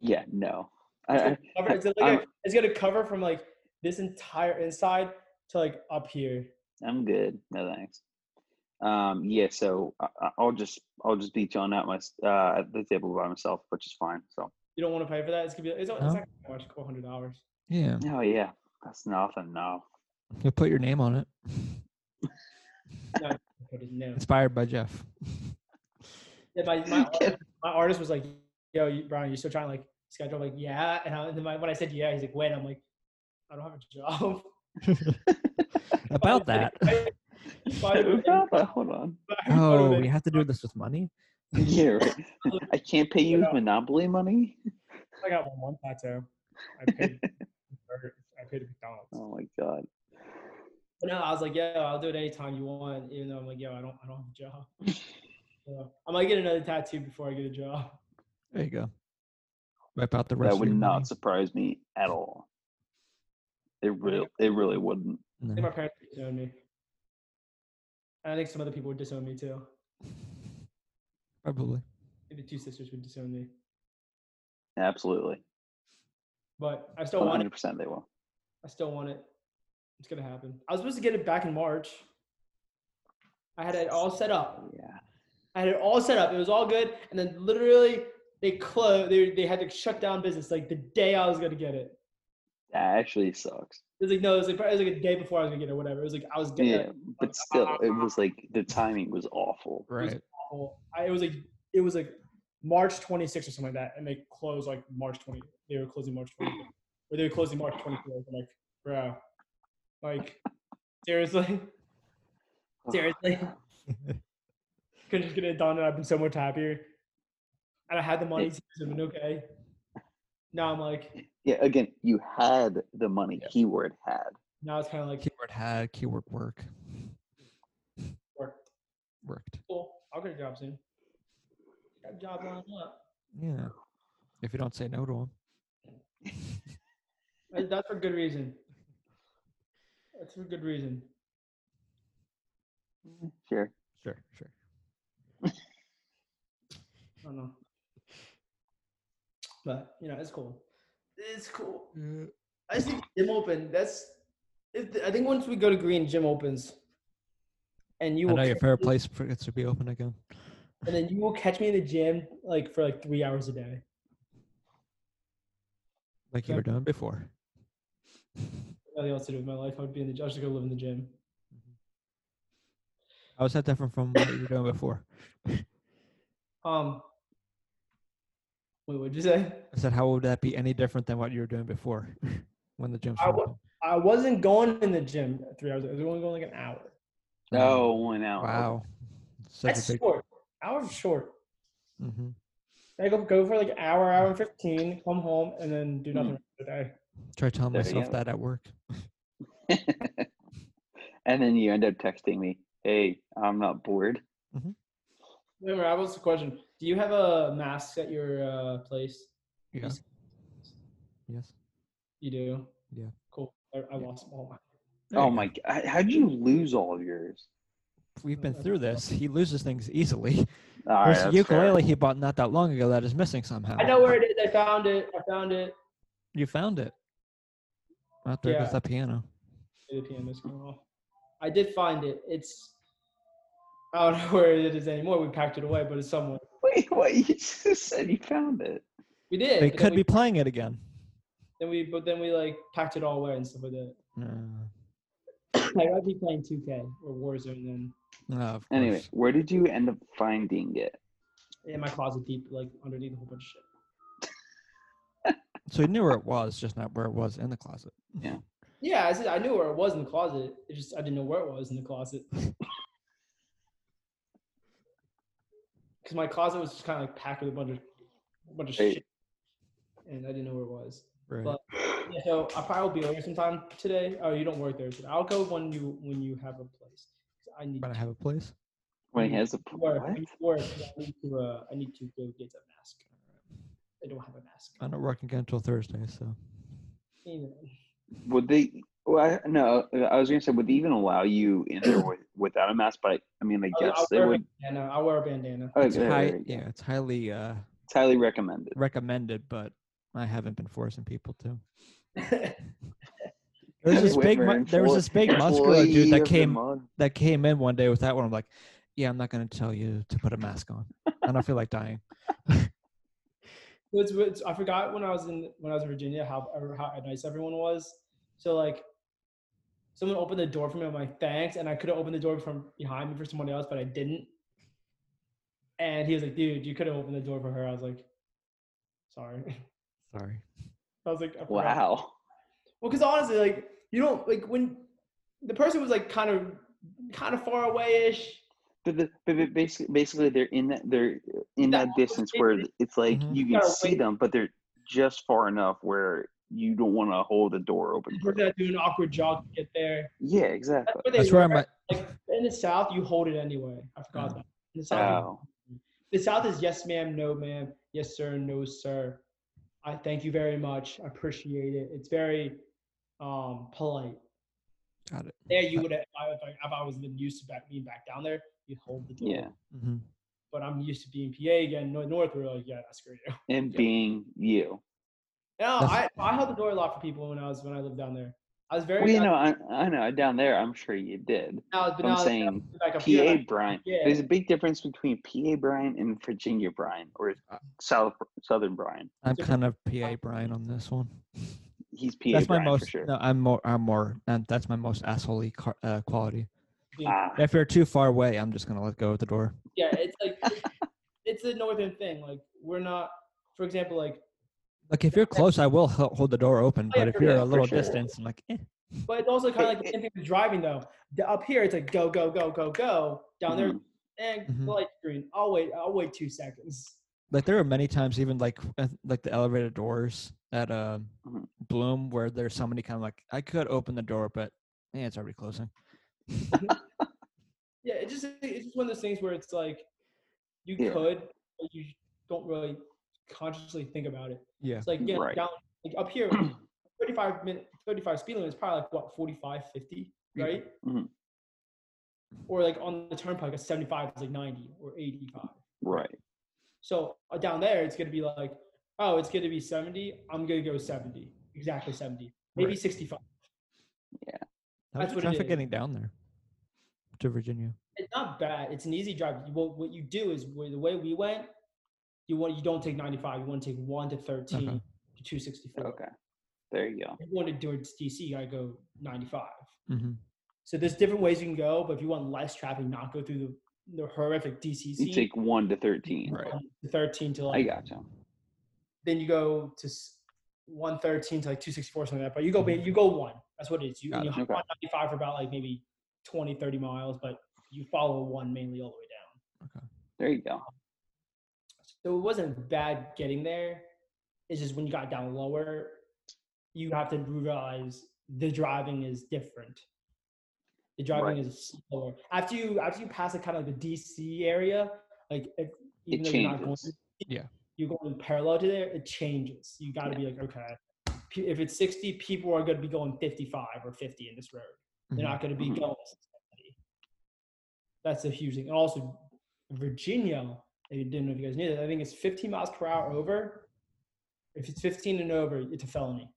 Speaker 3: Yeah, no. I,
Speaker 2: It's
Speaker 3: I,
Speaker 2: gonna cover, it's, gonna, like, it's gonna cover from like this entire inside to like up here.
Speaker 3: I'm good. No thanks. Um, yeah, so I, I- I'll just I'll just be chilling out my s- uh, at the table by myself, which is fine. So
Speaker 2: You don't want to pay for that. It's gonna be it's, not-
Speaker 1: No.
Speaker 2: it's not gonna be much, four hundred dollars.
Speaker 1: Yeah.
Speaker 3: oh yeah, that's nothing. No,
Speaker 1: You'll put your name on it.
Speaker 2: No.
Speaker 1: Inspired by Jeff.
Speaker 2: Yeah, my, my, artist, my artist was like, "Yo, you, Brian, you're still trying to like schedule?" I'm like, "Yeah," and, I, and then my, when I said yeah, he's like, "Wait," I'm like, "I don't have a job."
Speaker 1: About that.
Speaker 2: By the way,
Speaker 3: Uh, hold on.
Speaker 2: by the
Speaker 1: Oh,
Speaker 2: way,
Speaker 1: we have to do this with money?
Speaker 3: Yeah, right. I can't pay you
Speaker 2: Yeah.
Speaker 3: with Monopoly money.
Speaker 2: I got one one plateau. I paid. I paid at McDonald's.
Speaker 3: Oh my god.
Speaker 2: But no, I was like, "Yo, I'll do it anytime you want," even though I'm like, "Yo, I don't, I don't have a job." So, I might get another tattoo before I get a job.
Speaker 1: There you go. Wipe out the rest
Speaker 3: That
Speaker 1: of
Speaker 3: would
Speaker 1: your
Speaker 3: not
Speaker 1: money.
Speaker 3: surprise me at all. It real it really wouldn't.
Speaker 2: I think
Speaker 1: No.
Speaker 2: my parents would disown me. And I think some other people would disown me too.
Speaker 1: Probably.
Speaker 2: Maybe two sisters would disown me.
Speaker 3: Absolutely.
Speaker 2: But I still
Speaker 3: One
Speaker 2: want it.
Speaker 3: hundred percent they will.
Speaker 2: I still want it. It's gonna happen. I was supposed to get it back in March. I had it all set up.
Speaker 3: Yeah.
Speaker 2: I had it all set up. It was all good, and then literally they closed. They they had to shut down business like the day I was gonna get it.
Speaker 3: That actually sucks.
Speaker 2: It was like no, it was like probably it was like a day before I was gonna get it, or whatever. It was like I was getting
Speaker 3: Yeah.
Speaker 2: it.
Speaker 3: But uh, still it was like the timing was awful.
Speaker 1: Right.
Speaker 2: awful. Oh, I, it was like it was like March 26th or something like that, and they closed like March 20. They were closing March 20, or they were closing March 24th. I'm like, bro, like seriously.
Speaker 3: Ugh.
Speaker 2: Seriously. Couldn't just get it done, and I've been so much happier. And I had the money, so it's been okay. Now I'm like,
Speaker 3: Yeah, again, you had the money, keyword had.
Speaker 2: now it's kind of like
Speaker 1: Keyword had, keyword work.
Speaker 2: work.
Speaker 1: Worked.
Speaker 2: Cool. I'll get a job soon. Got a job lined up.
Speaker 1: Yeah. If you don't say no to him.
Speaker 2: And That's for good reason. That's for good reason.
Speaker 3: Sure.
Speaker 1: Sure, sure.
Speaker 2: I don't know. But you know, it's cool. It's cool. I just think gym open. That's. If I think once we go to green, gym opens. And you
Speaker 1: I
Speaker 2: will
Speaker 1: know your
Speaker 2: catch
Speaker 1: favorite
Speaker 2: me-
Speaker 1: place for it to be open again.
Speaker 2: and then you will catch me in the gym like for like three hours a day.
Speaker 1: Like you
Speaker 2: Yeah.
Speaker 1: were doing before.
Speaker 2: Nothing else to do with my life. I would be in the. I should go live in the gym.
Speaker 1: How is that different from what you were doing before?
Speaker 2: Um, wait, what'd you say?
Speaker 1: I said, how would that be any different than what you were doing before when the gym's
Speaker 2: I
Speaker 1: open?
Speaker 2: wa- I wasn't going in the gym at three hours. I was only going like an hour.
Speaker 3: Oh, one out.
Speaker 1: Mm-hmm. Wow. Such
Speaker 2: That's
Speaker 1: a big.
Speaker 2: short. Hour's short.
Speaker 1: Mm-hmm.
Speaker 2: I go go for like an hour, hour and fifteen, come home, and then
Speaker 1: Hmm.
Speaker 2: do nothing for the day.
Speaker 1: Try telling
Speaker 3: There you
Speaker 1: myself
Speaker 3: go.
Speaker 1: that at work.
Speaker 3: and then you end up texting me, "Hey, I'm not bored."
Speaker 2: Remember, I was the question. Do you have a mask at your uh, place?
Speaker 1: Yeah.
Speaker 2: s-
Speaker 1: Yes.
Speaker 2: You do.
Speaker 1: Yeah.
Speaker 2: Cool. I, I
Speaker 1: Yeah.
Speaker 2: lost all mine.
Speaker 1: There
Speaker 3: oh
Speaker 1: you
Speaker 3: my!
Speaker 1: go.
Speaker 3: g- h- How'd you lose all of yours?
Speaker 1: We've been through this. He loses things easily.
Speaker 3: All right,
Speaker 1: There's a
Speaker 3: that's
Speaker 1: ukulele he bought not that long ago that is missing somehow.
Speaker 2: I know where it is. I found it. I found it.
Speaker 1: You found it. Out there
Speaker 2: Yeah.
Speaker 1: with that piano.
Speaker 2: The piano's going off. I did find it. It's. I don't know where it is anymore. We packed it away, but it's somewhere.
Speaker 3: fair. Wait, what? You just said you found it.
Speaker 2: We did.
Speaker 1: They
Speaker 2: but
Speaker 1: could
Speaker 2: then
Speaker 1: be
Speaker 2: we,
Speaker 1: playing it again.
Speaker 2: Then we, but then we like packed it all away and stuff like that.
Speaker 1: No.
Speaker 2: Like I'd be playing 2K or Warzone then
Speaker 1: No, of course.
Speaker 3: Anyway, where did you end up finding it?
Speaker 2: in my closet deep, like underneath a whole bunch of shit.
Speaker 1: So he knew where it was, just not where it was in the closet.
Speaker 2: Yeah, I said I knew where it was in the closet. It just I didn't know where it was in the closet. Because my closet was just kind of like packed with a bunch of a bunch of
Speaker 3: Hey.
Speaker 2: shit, and I didn't know where it was.
Speaker 1: Right.
Speaker 2: But- Yeah, so I probably will be over sometime today. Oh, you don't work there. Today. I'll go when you when you have a place. 'Cause I need
Speaker 1: But I
Speaker 2: to
Speaker 1: have a place.
Speaker 3: When
Speaker 1: Hmm.
Speaker 3: he has a
Speaker 2: work.
Speaker 3: what?
Speaker 2: work 'cause I need to uh, I need to go get a mask. I don't have a mask.
Speaker 3: Uh,
Speaker 1: I'm not working again until Thursday, so
Speaker 2: Anyway.
Speaker 3: Would they? Well, I, no, I was gonna say, would they even allow you in there with, without a mask? But I mean, I
Speaker 2: I'll-
Speaker 3: guess
Speaker 2: I'll
Speaker 3: they
Speaker 2: wear
Speaker 3: would.
Speaker 2: A bandana. I'll wear a bandana.
Speaker 3: Oh,
Speaker 1: it's
Speaker 3: there-
Speaker 1: high,
Speaker 3: there you go.
Speaker 1: yeah, it's highly uh,
Speaker 3: It's highly recommended.
Speaker 1: recommended, but I haven't been forcing people to.
Speaker 3: I
Speaker 1: There's this
Speaker 3: went
Speaker 1: big,
Speaker 3: for
Speaker 1: mu-
Speaker 3: an
Speaker 1: there was
Speaker 3: employ-
Speaker 1: this big muscular dude
Speaker 3: employee
Speaker 1: that
Speaker 3: of the
Speaker 1: came
Speaker 3: month.
Speaker 1: that came in one day with that one. I'm like, yeah, I'm not gonna tell you to put a mask on. I don't feel like dying.
Speaker 2: It's, it's, I forgot when I was in when I was in Virginia how ever- how nice everyone was. So like, someone opened the door for me. I'm like, thanks, and I could have opened the door from behind me for someone else, but I didn't. And he was like, dude, you could have opened the door for her. I was like, sorry.
Speaker 1: Sorry.
Speaker 2: I was like, I forgot.
Speaker 3: Wow.
Speaker 2: Well, because honestly, like you don't like when the person was like kind of kind of far away ish.
Speaker 3: But, the, but but basically, basically, they're in that they're in
Speaker 2: Yeah.
Speaker 3: that distance where it's like
Speaker 1: Mhm.
Speaker 3: you can
Speaker 2: Gotta
Speaker 3: see
Speaker 2: wait.
Speaker 3: them, but they're just far enough where you don't want to hold the door open.
Speaker 2: We're gonna do an awkward jog to get there.
Speaker 3: Yeah, exactly.
Speaker 2: where they
Speaker 1: That's where I'm
Speaker 2: were.
Speaker 1: at.
Speaker 2: like in the South, you hold it anyway. I forgot
Speaker 1: Yeah.
Speaker 2: that. In the South, you
Speaker 3: Wow.
Speaker 2: The South is yes, ma'am, no, ma'am, yes, sir, no, sir. I thank you very much. I appreciate it. It's very um, polite.
Speaker 1: Got it.
Speaker 2: There, you would if I, if I was used to back being back down there, you'd hold the door.
Speaker 3: Yeah,
Speaker 1: hmm
Speaker 2: But I'm used to being PA again. No, North, we're like, yeah, screw you.
Speaker 3: and
Speaker 2: Yeah.
Speaker 3: being you.
Speaker 2: No, I,
Speaker 1: That's-
Speaker 2: I held the door a lot for people when I was when I lived down there. I was very.
Speaker 3: Well, you know, I, I know down there, I'm sure you did.
Speaker 2: now, but
Speaker 3: I'm
Speaker 2: now that
Speaker 3: saying
Speaker 2: I'm back up here,
Speaker 3: PA
Speaker 2: like,
Speaker 3: Brian.
Speaker 2: yeah.
Speaker 3: There's a big difference between PA Brian and Virginia Brian or
Speaker 1: Uh,
Speaker 3: South Southern Brian.
Speaker 1: I'm
Speaker 2: Different-
Speaker 1: kind of PA Brian on this one.
Speaker 3: He's PA
Speaker 1: That's my
Speaker 3: Brian
Speaker 1: most.
Speaker 3: for sure.
Speaker 1: No, I'm more. I'm more. And that's my most assholey car, uh, quality.
Speaker 3: Ah,
Speaker 1: If you're too far away, I'm just gonna let go of the door.
Speaker 2: yeah it's like it's a northern thing like we're not for example like
Speaker 1: Like if you're close, I will ho- hold the door open.
Speaker 2: Oh, yeah,
Speaker 1: But if
Speaker 2: for
Speaker 1: you're
Speaker 2: sure,
Speaker 1: a little
Speaker 3: for sure.
Speaker 1: distance, I'm like, eh.
Speaker 2: but it's also kind of like the same thing with driving though D- up here it's like go go go go go down there
Speaker 3: mhm.
Speaker 2: and
Speaker 1: Mhm.
Speaker 2: light green i'll wait i'll wait two seconds
Speaker 1: like there are many times even like uh, like the elevator doors at um
Speaker 2: Mm-hmm.
Speaker 3: Mhm.
Speaker 1: bloom where there's somebody kind of like i could open the door but eh, it's already closing
Speaker 2: yeah it's just it's just one of those things where it's like you
Speaker 3: Yeah.
Speaker 2: could but you don't really consciously think about it
Speaker 1: yeah
Speaker 2: it's like yeah
Speaker 3: Right.
Speaker 2: down like up here 35 minute 35 speed limit is probably like what 45 50
Speaker 1: Yeah.
Speaker 2: right
Speaker 3: Mhm.
Speaker 2: or like on the turnpike a 75 is like 90 or 85
Speaker 3: Right.
Speaker 2: So uh, down there, it's gonna be like, oh, it's gonna be seventy. I'm gonna go seventy, exactly seventy, maybe
Speaker 1: Right.
Speaker 2: sixty-five.
Speaker 1: How was
Speaker 2: that's
Speaker 1: the
Speaker 2: what it
Speaker 1: traffic
Speaker 2: is.
Speaker 1: getting down there to virginia
Speaker 2: It's not bad. It's an easy drive. You- What what you do is wh- the way we went, you want you don't take ninety-five. You want to take one to thirteen
Speaker 3: Uh-huh.
Speaker 1: Okay.
Speaker 2: to two
Speaker 3: Oh.
Speaker 2: sixty-four.
Speaker 3: Okay. There you go.
Speaker 2: If you want to do it to DC, I go ninety-five.
Speaker 1: mm-hmm.
Speaker 2: So there's different ways you can go, but if you want less traffic, not go through the, the horrific DCC.
Speaker 3: You take one to thirteen.
Speaker 1: Right.
Speaker 2: um, 13 to
Speaker 3: I
Speaker 2: like
Speaker 3: gotcha.
Speaker 2: then you go to s- 113 to like 264 something like that but you go ba- you go one that's what it is you,
Speaker 1: Got
Speaker 2: you
Speaker 1: it.
Speaker 2: hop
Speaker 3: Mm-hmm. Okay.
Speaker 2: on 95 for about like maybe 20 30 miles but you follow one mainly all the way down
Speaker 3: There you go.
Speaker 2: so it wasn't bad getting there it's just when you got down lower you have to realize the driving is different the driving
Speaker 3: Right.
Speaker 2: is slower after you after you pass like kind of like the dc area like if,
Speaker 3: It
Speaker 2: even though you're not going
Speaker 3: changes.
Speaker 2: you're going parallel to there, it changes. You got to be like, okay, p- if it's 60, people are going to be going 55 or 50 in this road.
Speaker 1: Mm-hmm.
Speaker 2: They're not going to be
Speaker 3: Mhm.
Speaker 2: going 70. That's a huge thing. And also, Virginia, I didn't know if you guys knew that, I think it's 15 miles per hour over. If it's 15 and over, it's a felony.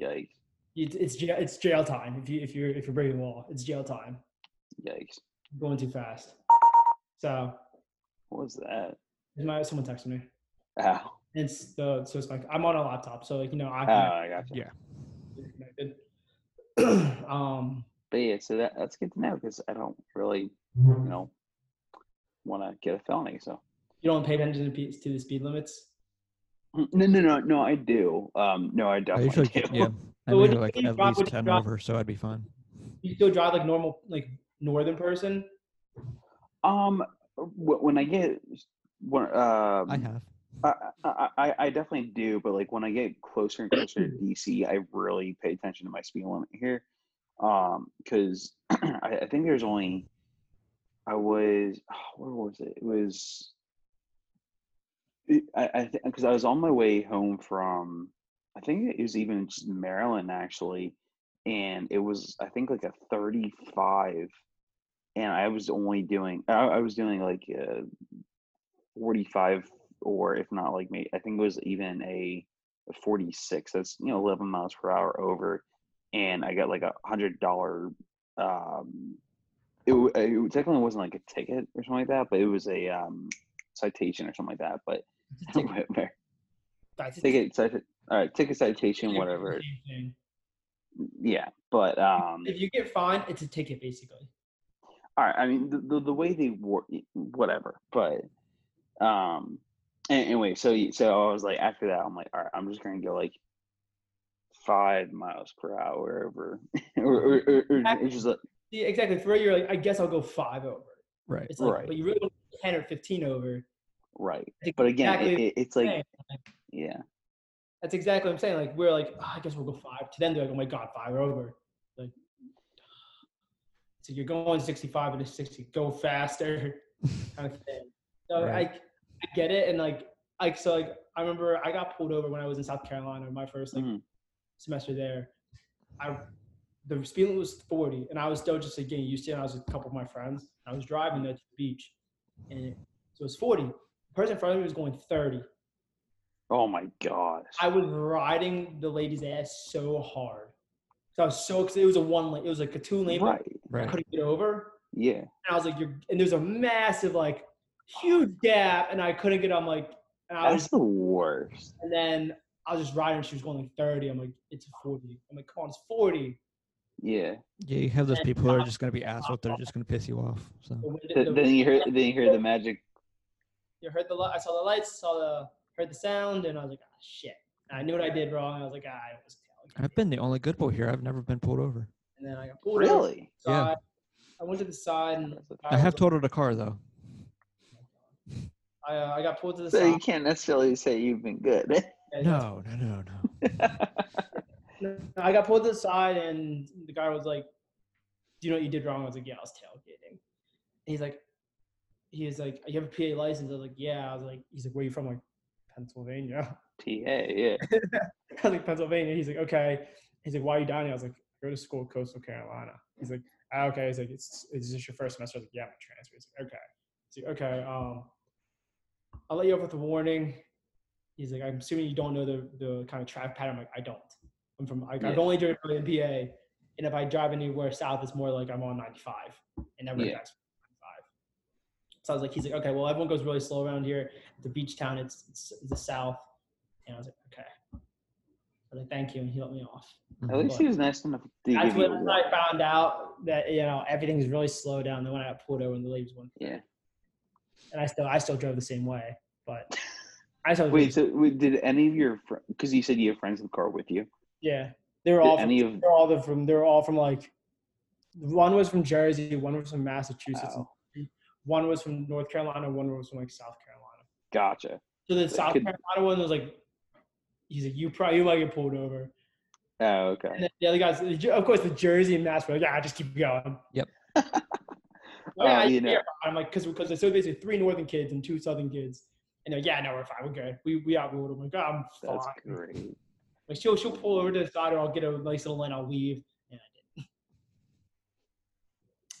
Speaker 3: Yikes!
Speaker 2: It's, it's, jail, it's jail time if, you, if, you're, if you're breaking the law. It's jail time.
Speaker 3: Yikes!
Speaker 2: Going too fast. So,
Speaker 3: What was that?
Speaker 2: my, someone texted me.
Speaker 3: Ow.
Speaker 2: It's the, so it's like, I'm on a laptop. So, like, you know, I
Speaker 3: Oh, I gotcha.
Speaker 1: Yeah.
Speaker 2: connected. um,
Speaker 3: But yeah, so that that's good to know because I don't really, you know, want to get a felony. So
Speaker 2: you don't pay attention to, pe- to the speed limits.
Speaker 3: no, no, no, no. I do. Um, no, I
Speaker 1: I
Speaker 3: definitely
Speaker 1: usually
Speaker 3: do.
Speaker 1: get, yeah. I
Speaker 2: So what
Speaker 1: usually
Speaker 2: do
Speaker 1: like
Speaker 2: you
Speaker 1: at
Speaker 2: drive-
Speaker 1: least
Speaker 2: what do you
Speaker 1: ten
Speaker 2: drive?
Speaker 1: over, so I'd be fine.
Speaker 2: You still drive like normal, like northern person.
Speaker 3: Um, wh- when I get when um,
Speaker 1: I have.
Speaker 3: I, I, I- I definitely do, but like when I get closer and closer to DC, I really pay attention to my speed limit here, um, because I, I think there's only I was where was it? It was it- I I think because I was on my way home from I think it was even just Maryland actually, and it was I think like a 35, and I was only doing I, I was doing like uh 45 or if not like me i think it was even a 46 that's you know 11 miles per hour over and i got like a hundred dollar um it, wa- it technically wasn't like a ticket or something like that but it was a um citation or something like that but whatever.
Speaker 2: That's
Speaker 3: ticket cita- all right ticket citation whatever yeah but um
Speaker 2: If you get fined, it's a ticket basically.
Speaker 3: all right. I mean, the, the, the way they wore, whatever. But um, a- anyway, so y- so I was like, after that, I'm like, all right, I'm just gonna go like five miles per hour over, or, or, or, or it's just like,
Speaker 2: Yeah, exactly. For you, you're like, I guess I'll go five over.
Speaker 1: Right.
Speaker 2: It's like,
Speaker 3: Right.
Speaker 2: but you really want ten or fifteen over.
Speaker 3: right.
Speaker 2: That's
Speaker 3: But again, it,
Speaker 2: exactly
Speaker 3: it, it's
Speaker 2: same.
Speaker 3: like, yeah,
Speaker 2: That's exactly what I'm saying. Like we're like, "Ah, I guess we'll go five. To them, they're like, oh my god, five over. Like, so you're going 65 and it's 60. Go faster, kind of thing. So
Speaker 1: Right.
Speaker 2: I, I get it, and like, like so, like I remember I got pulled over when I was in South Carolina, my first like
Speaker 3: mhm,
Speaker 2: semester there. I, the speed limit was 40, and I was still just like, getting used to it. I was with a couple of my friends. I was driving there to the beach, and so it was 40. The person in front of me was going 30.
Speaker 3: oh my gosh,
Speaker 2: I was riding the lady's ass so hard. So I was so excited. It was a one lane. It was like a two lane. but
Speaker 3: right,
Speaker 2: I
Speaker 1: Right.
Speaker 2: couldn't get over.
Speaker 3: yeah,
Speaker 2: And I was like, you're, and there's a massive, like, huge gap. And I couldn't get on, like, and I
Speaker 3: that's
Speaker 2: was,
Speaker 3: the worst.
Speaker 2: and then I was just riding. and She was going like 30. I'm like, it's 40. I'm like, come on, it's 40.
Speaker 3: Yeah.
Speaker 1: Yeah, you have those
Speaker 2: And
Speaker 1: people who are
Speaker 2: not-
Speaker 1: just gonna be assholes. They're just gonna piss you off. So
Speaker 2: The wind,
Speaker 3: Th-
Speaker 2: the-
Speaker 3: then you hear, then you hear the magic.
Speaker 2: you heard the, li- I saw the lights, saw the, heard the sound, and I was like, ah, shit. And I knew what I did wrong. I was like, ah, I was
Speaker 1: I've been the only good boy here. I've never been pulled over.
Speaker 2: And then I got pulled over.
Speaker 3: Really?
Speaker 2: to the
Speaker 1: Yeah.
Speaker 2: side. I went to the side and
Speaker 1: I have
Speaker 2: was-
Speaker 1: totaled a car though.
Speaker 2: I, uh, I got pulled to the
Speaker 3: So
Speaker 2: side.
Speaker 3: you can't necessarily say you've been good.
Speaker 2: Oh,
Speaker 1: No, no, no, no.
Speaker 2: No, I got pulled to the side, and the guy was like, "Do you know what you did wrong?" I was like, "Yeah, I was tailgating." And he's like, "He's like, you have a PA license?" I was like, "Yeah." I was like, "He's like, where you from?" I'm like, Pennsylvania.
Speaker 3: TA, yeah.
Speaker 2: I was like, Pennsylvania. He's like, okay. He's like, why are you down here? I was like, I go to school, Coastal Carolina. He's like, ah, okay. He's like, it's, is this your first semester? I was like, yeah, my transfer. He's like, okay. He's like, okay. Um, I'll let you off with a warning. He's like, I'm assuming you don't know the, the kind of traffic pattern. I'm like, I don't. I'm from, I,
Speaker 3: Yeah.
Speaker 2: I've only driven in PA. And if I drive anywhere south, it's more like I'm on 95 and everyone
Speaker 3: Yeah.
Speaker 2: drives 95. So I was like, he's like, okay, well, everyone goes really slow around here. The beach town, it's, it's, it's the south. And I was like, okay. I I was like, thank you, and he let me off.
Speaker 3: At least he was nice enough to
Speaker 2: That's
Speaker 3: give you a
Speaker 2: when I
Speaker 3: walk.
Speaker 2: found out that you know everything's really slow down. Then when I got pulled over and the leaves went,
Speaker 3: Yeah.
Speaker 2: and I still I still drove the same way, but I still
Speaker 3: Wait, so wait, did any of your because you said you have friends in the car with you?
Speaker 2: yeah, they were
Speaker 3: Did
Speaker 2: all
Speaker 3: any
Speaker 2: from,
Speaker 3: of
Speaker 2: they're all the- from they're all from like one was from Jersey, one was from Massachusetts,
Speaker 3: Oh,
Speaker 2: one was from North Carolina, one was from like South Carolina.
Speaker 3: gotcha.
Speaker 2: So the South
Speaker 3: could-
Speaker 2: Carolina one was like, he's like, you probably you might get pulled over.
Speaker 3: Oh,
Speaker 2: And
Speaker 3: okay.
Speaker 2: then the other guys, the Jer- of course, the Jersey and Mass were like, yeah, just keep going.
Speaker 1: Yep.
Speaker 2: yeah,
Speaker 3: Oh, you know.
Speaker 2: yeah. I'm like, because because so basically three northern kids and two southern kids, and they're yeah, no, we're fine, we're good. We we outruled them. Like, "Oh, I'm fine.
Speaker 3: That's great.
Speaker 2: Like she'll she'll pull over to the side, or I'll get a nice little line, I'll leave, and I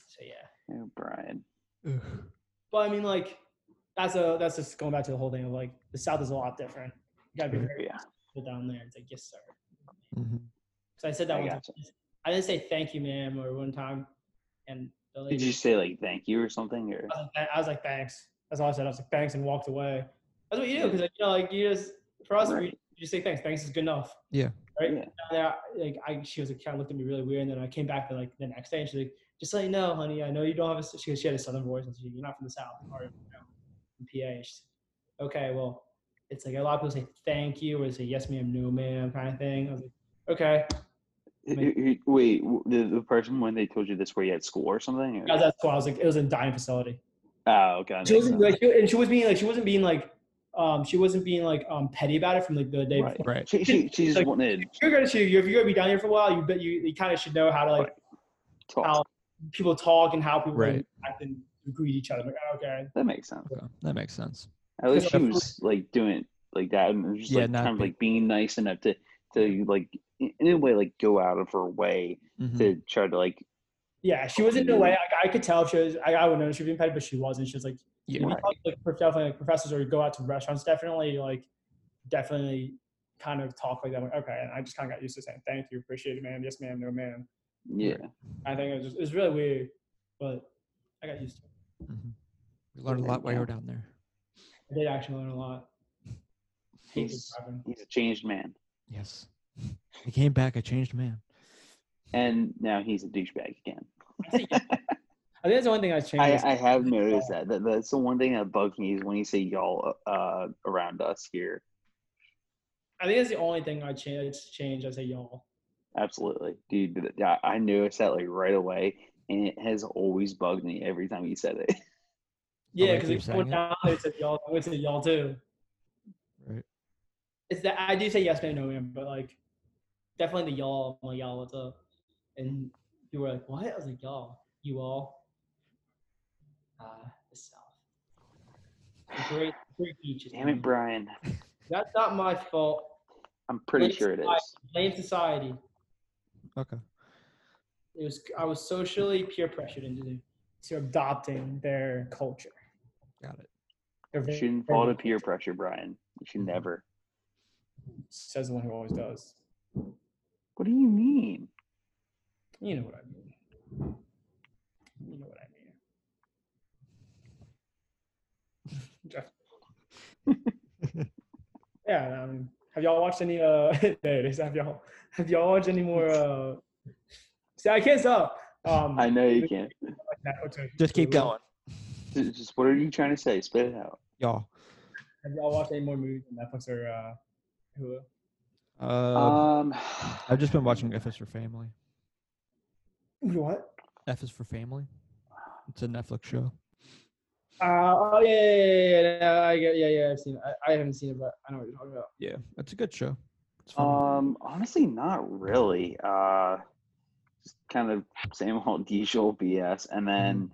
Speaker 2: didn't. So yeah.
Speaker 3: Oh, Brian.
Speaker 1: Mm-hmm.
Speaker 2: But I mean, like, that's a that's just going back to the whole thing of like the South is a lot different. You gotta be very
Speaker 3: Yeah.
Speaker 2: careful down there. It's like yes, sir.
Speaker 1: hmm
Speaker 2: So I said that
Speaker 3: I
Speaker 2: one time.
Speaker 3: gotcha.
Speaker 2: I didn't say thank you, ma'am, or one time, and the
Speaker 3: Did
Speaker 2: lady,
Speaker 3: you say like thank you or something? Or
Speaker 2: I, was like, I was like thanks. That's all I said. I was like thanks and walked away. That's what you do because like, you know, like you just for us, we
Speaker 3: Right.
Speaker 2: you just say thanks. Thanks is good enough.
Speaker 1: Yeah.
Speaker 2: Right.
Speaker 3: Yeah.
Speaker 2: And I, like I, she was like kind of looked at me really weird, and then I came back the like the next day, and she's like, just so you know, honey, I know you don't have a she, she had a southern voice, and she's like, you're not from the south, or you know, from PA. She's like, okay, well, it's like a lot of people say thank you or they say yes ma'am, no ma'am, kind of thing. I was like, okay.
Speaker 3: Wait, wait, w- the, the person when they told you this were you at school or something? Or?
Speaker 2: Yeah, that's cool. I was like, it was a dying facility.
Speaker 3: Oh, okay. that
Speaker 2: She
Speaker 3: makes
Speaker 2: wasn't
Speaker 3: sense.
Speaker 2: like, she, and she was being like, she wasn't being like, um, she wasn't being like um petty about it from like the day
Speaker 3: Right.
Speaker 2: before.
Speaker 1: Right.
Speaker 3: She, she, she just
Speaker 2: Like-
Speaker 3: wanted
Speaker 2: If you're gonna shoot, if you're gonna be down here for a while, you bet you, you kind of should know how to like
Speaker 3: Right. talk.
Speaker 2: how people talk and how people
Speaker 1: Right.
Speaker 2: act and greet each other. Like, okay,
Speaker 3: That makes sense.
Speaker 1: Okay. That makes sense.
Speaker 3: At least she
Speaker 2: Because-
Speaker 3: was like doing it like that, and just
Speaker 1: Yeah,
Speaker 3: like
Speaker 1: not
Speaker 3: kind of
Speaker 1: be-
Speaker 3: like being nice enough to to like in in a way like go out of her way
Speaker 1: Mhm.
Speaker 3: to try to like
Speaker 2: yeah, she was in
Speaker 3: Mm-hmm.
Speaker 2: a way. I, I could tell she was. I, I would know she was being petty, but she wasn't. She was like,
Speaker 1: Yeah.
Speaker 2: you know,
Speaker 3: Right.
Speaker 2: like prof- definitely like professors or you go out to restaurants, definitely like, definitely kind of talk like that. Like, okay, and I just kind of got used to saying thank you, appreciate it, ma'am, yes ma'am, no ma'am.
Speaker 3: yeah.
Speaker 2: I think it was just, it was really weird, but I got used to it.
Speaker 1: Mhm. We learned a lot while you were down there.
Speaker 2: I did actually learn a lot. Hated
Speaker 3: He's-
Speaker 2: driving.
Speaker 3: He's a changed man,
Speaker 1: Yes. He came back a changed man.
Speaker 3: and now he's a douchebag again.
Speaker 2: I think that's the one thing I changed.
Speaker 3: I, I have noticed that. that. That's the one thing that bugs me is when you say y'all uh, around us here.
Speaker 2: I think that's the only thing I changed. It's changed. I say y'all.
Speaker 3: Absolutely, dude. th- I- I noticed that like right away, and it has always bugged me every time you said it.
Speaker 2: Yeah,
Speaker 1: like
Speaker 2: because
Speaker 1: you
Speaker 2: if
Speaker 1: saying
Speaker 2: I went
Speaker 1: it.
Speaker 2: down, they said y'all. I would say y'all too.
Speaker 1: Right.
Speaker 2: It's that I do say yes, ma'am, no, ma'am, but like definitely the y'all. I'm like y'all, what's up? And you were like, what? I was like y'all, you all. Uh, the South. The Great, great beaches.
Speaker 3: Damn it,
Speaker 2: man.
Speaker 3: Brian.
Speaker 2: That's not my fault.
Speaker 3: I'm pretty
Speaker 2: Blame
Speaker 3: sure it
Speaker 2: society.
Speaker 3: is.
Speaker 2: Blame society.
Speaker 1: Okay.
Speaker 2: It was I was socially peer pressured into to adopting their culture.
Speaker 1: Got it.
Speaker 2: Their
Speaker 3: You
Speaker 2: very-
Speaker 3: shouldn't fall to peer pressure, Brian. You should
Speaker 1: Mhm.
Speaker 3: never.
Speaker 2: Says the one who always does.
Speaker 3: What do you mean?
Speaker 2: You know what I mean. You know what I mean. Jeff. yeah. Um, have y'all watched any? Uh, there it is. Have y'all have y'all watched any more? Uh, see, I can't stop. Um,
Speaker 3: I know you can't.
Speaker 1: Just keep going.
Speaker 3: J- Just what are you trying to say? Spit it out.
Speaker 1: Y'all.
Speaker 2: Have y'all watched any more movies on Netflix or uh, Hulu?
Speaker 1: Uh,
Speaker 3: Um,
Speaker 1: I've just been watching F is for Family.
Speaker 2: What?
Speaker 1: F is for Family. It's a Netflix show.
Speaker 2: Uh, oh yeah, yeah, yeah, yeah, yeah, I get, yeah, yeah. I've seen. It. I, I haven't seen it, but I know what you're talking about.
Speaker 1: Yeah, it's a good show. It's funny.
Speaker 3: um, honestly, not really. Uh, just kind of same old usual BS. And then,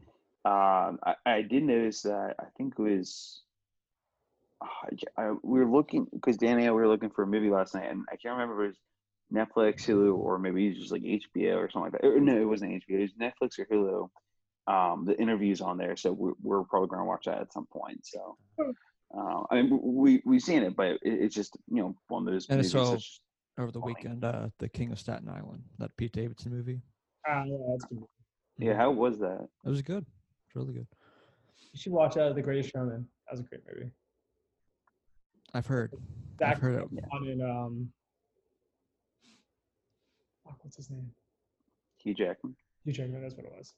Speaker 1: Mm-hmm.
Speaker 3: um, I, I did notice that I think it was. ah, I ca- I- we were looking because Danny and I were looking for a movie last night, and I can't remember if it was Netflix, Hulu, or maybe it was just like HBO or something like that. Or, no, it wasn't HBO. It was Netflix or Hulu. Um, the interviews on there, so we're, we're probably going to watch that at some point. So,
Speaker 2: Hmm.
Speaker 3: uh, I mean, we we've seen it, but it, it's just you know one of those
Speaker 1: And
Speaker 3: movies.
Speaker 1: so-
Speaker 3: that's just-
Speaker 1: Over the
Speaker 3: funny.
Speaker 1: weekend, uh, The King of Staten Island, that Pete Davidson movie.
Speaker 2: Ah, yeah, that's good.
Speaker 3: yeah, how was that?
Speaker 1: It was good. It's really good.
Speaker 2: You should watch uh, The Greatest Showman. That was a great movie.
Speaker 1: I've heard.
Speaker 2: Zach
Speaker 1: I've heard it.
Speaker 2: on in um, what's his name?
Speaker 3: Hugh Jackman.
Speaker 2: Hugh Jackman. That's what it was.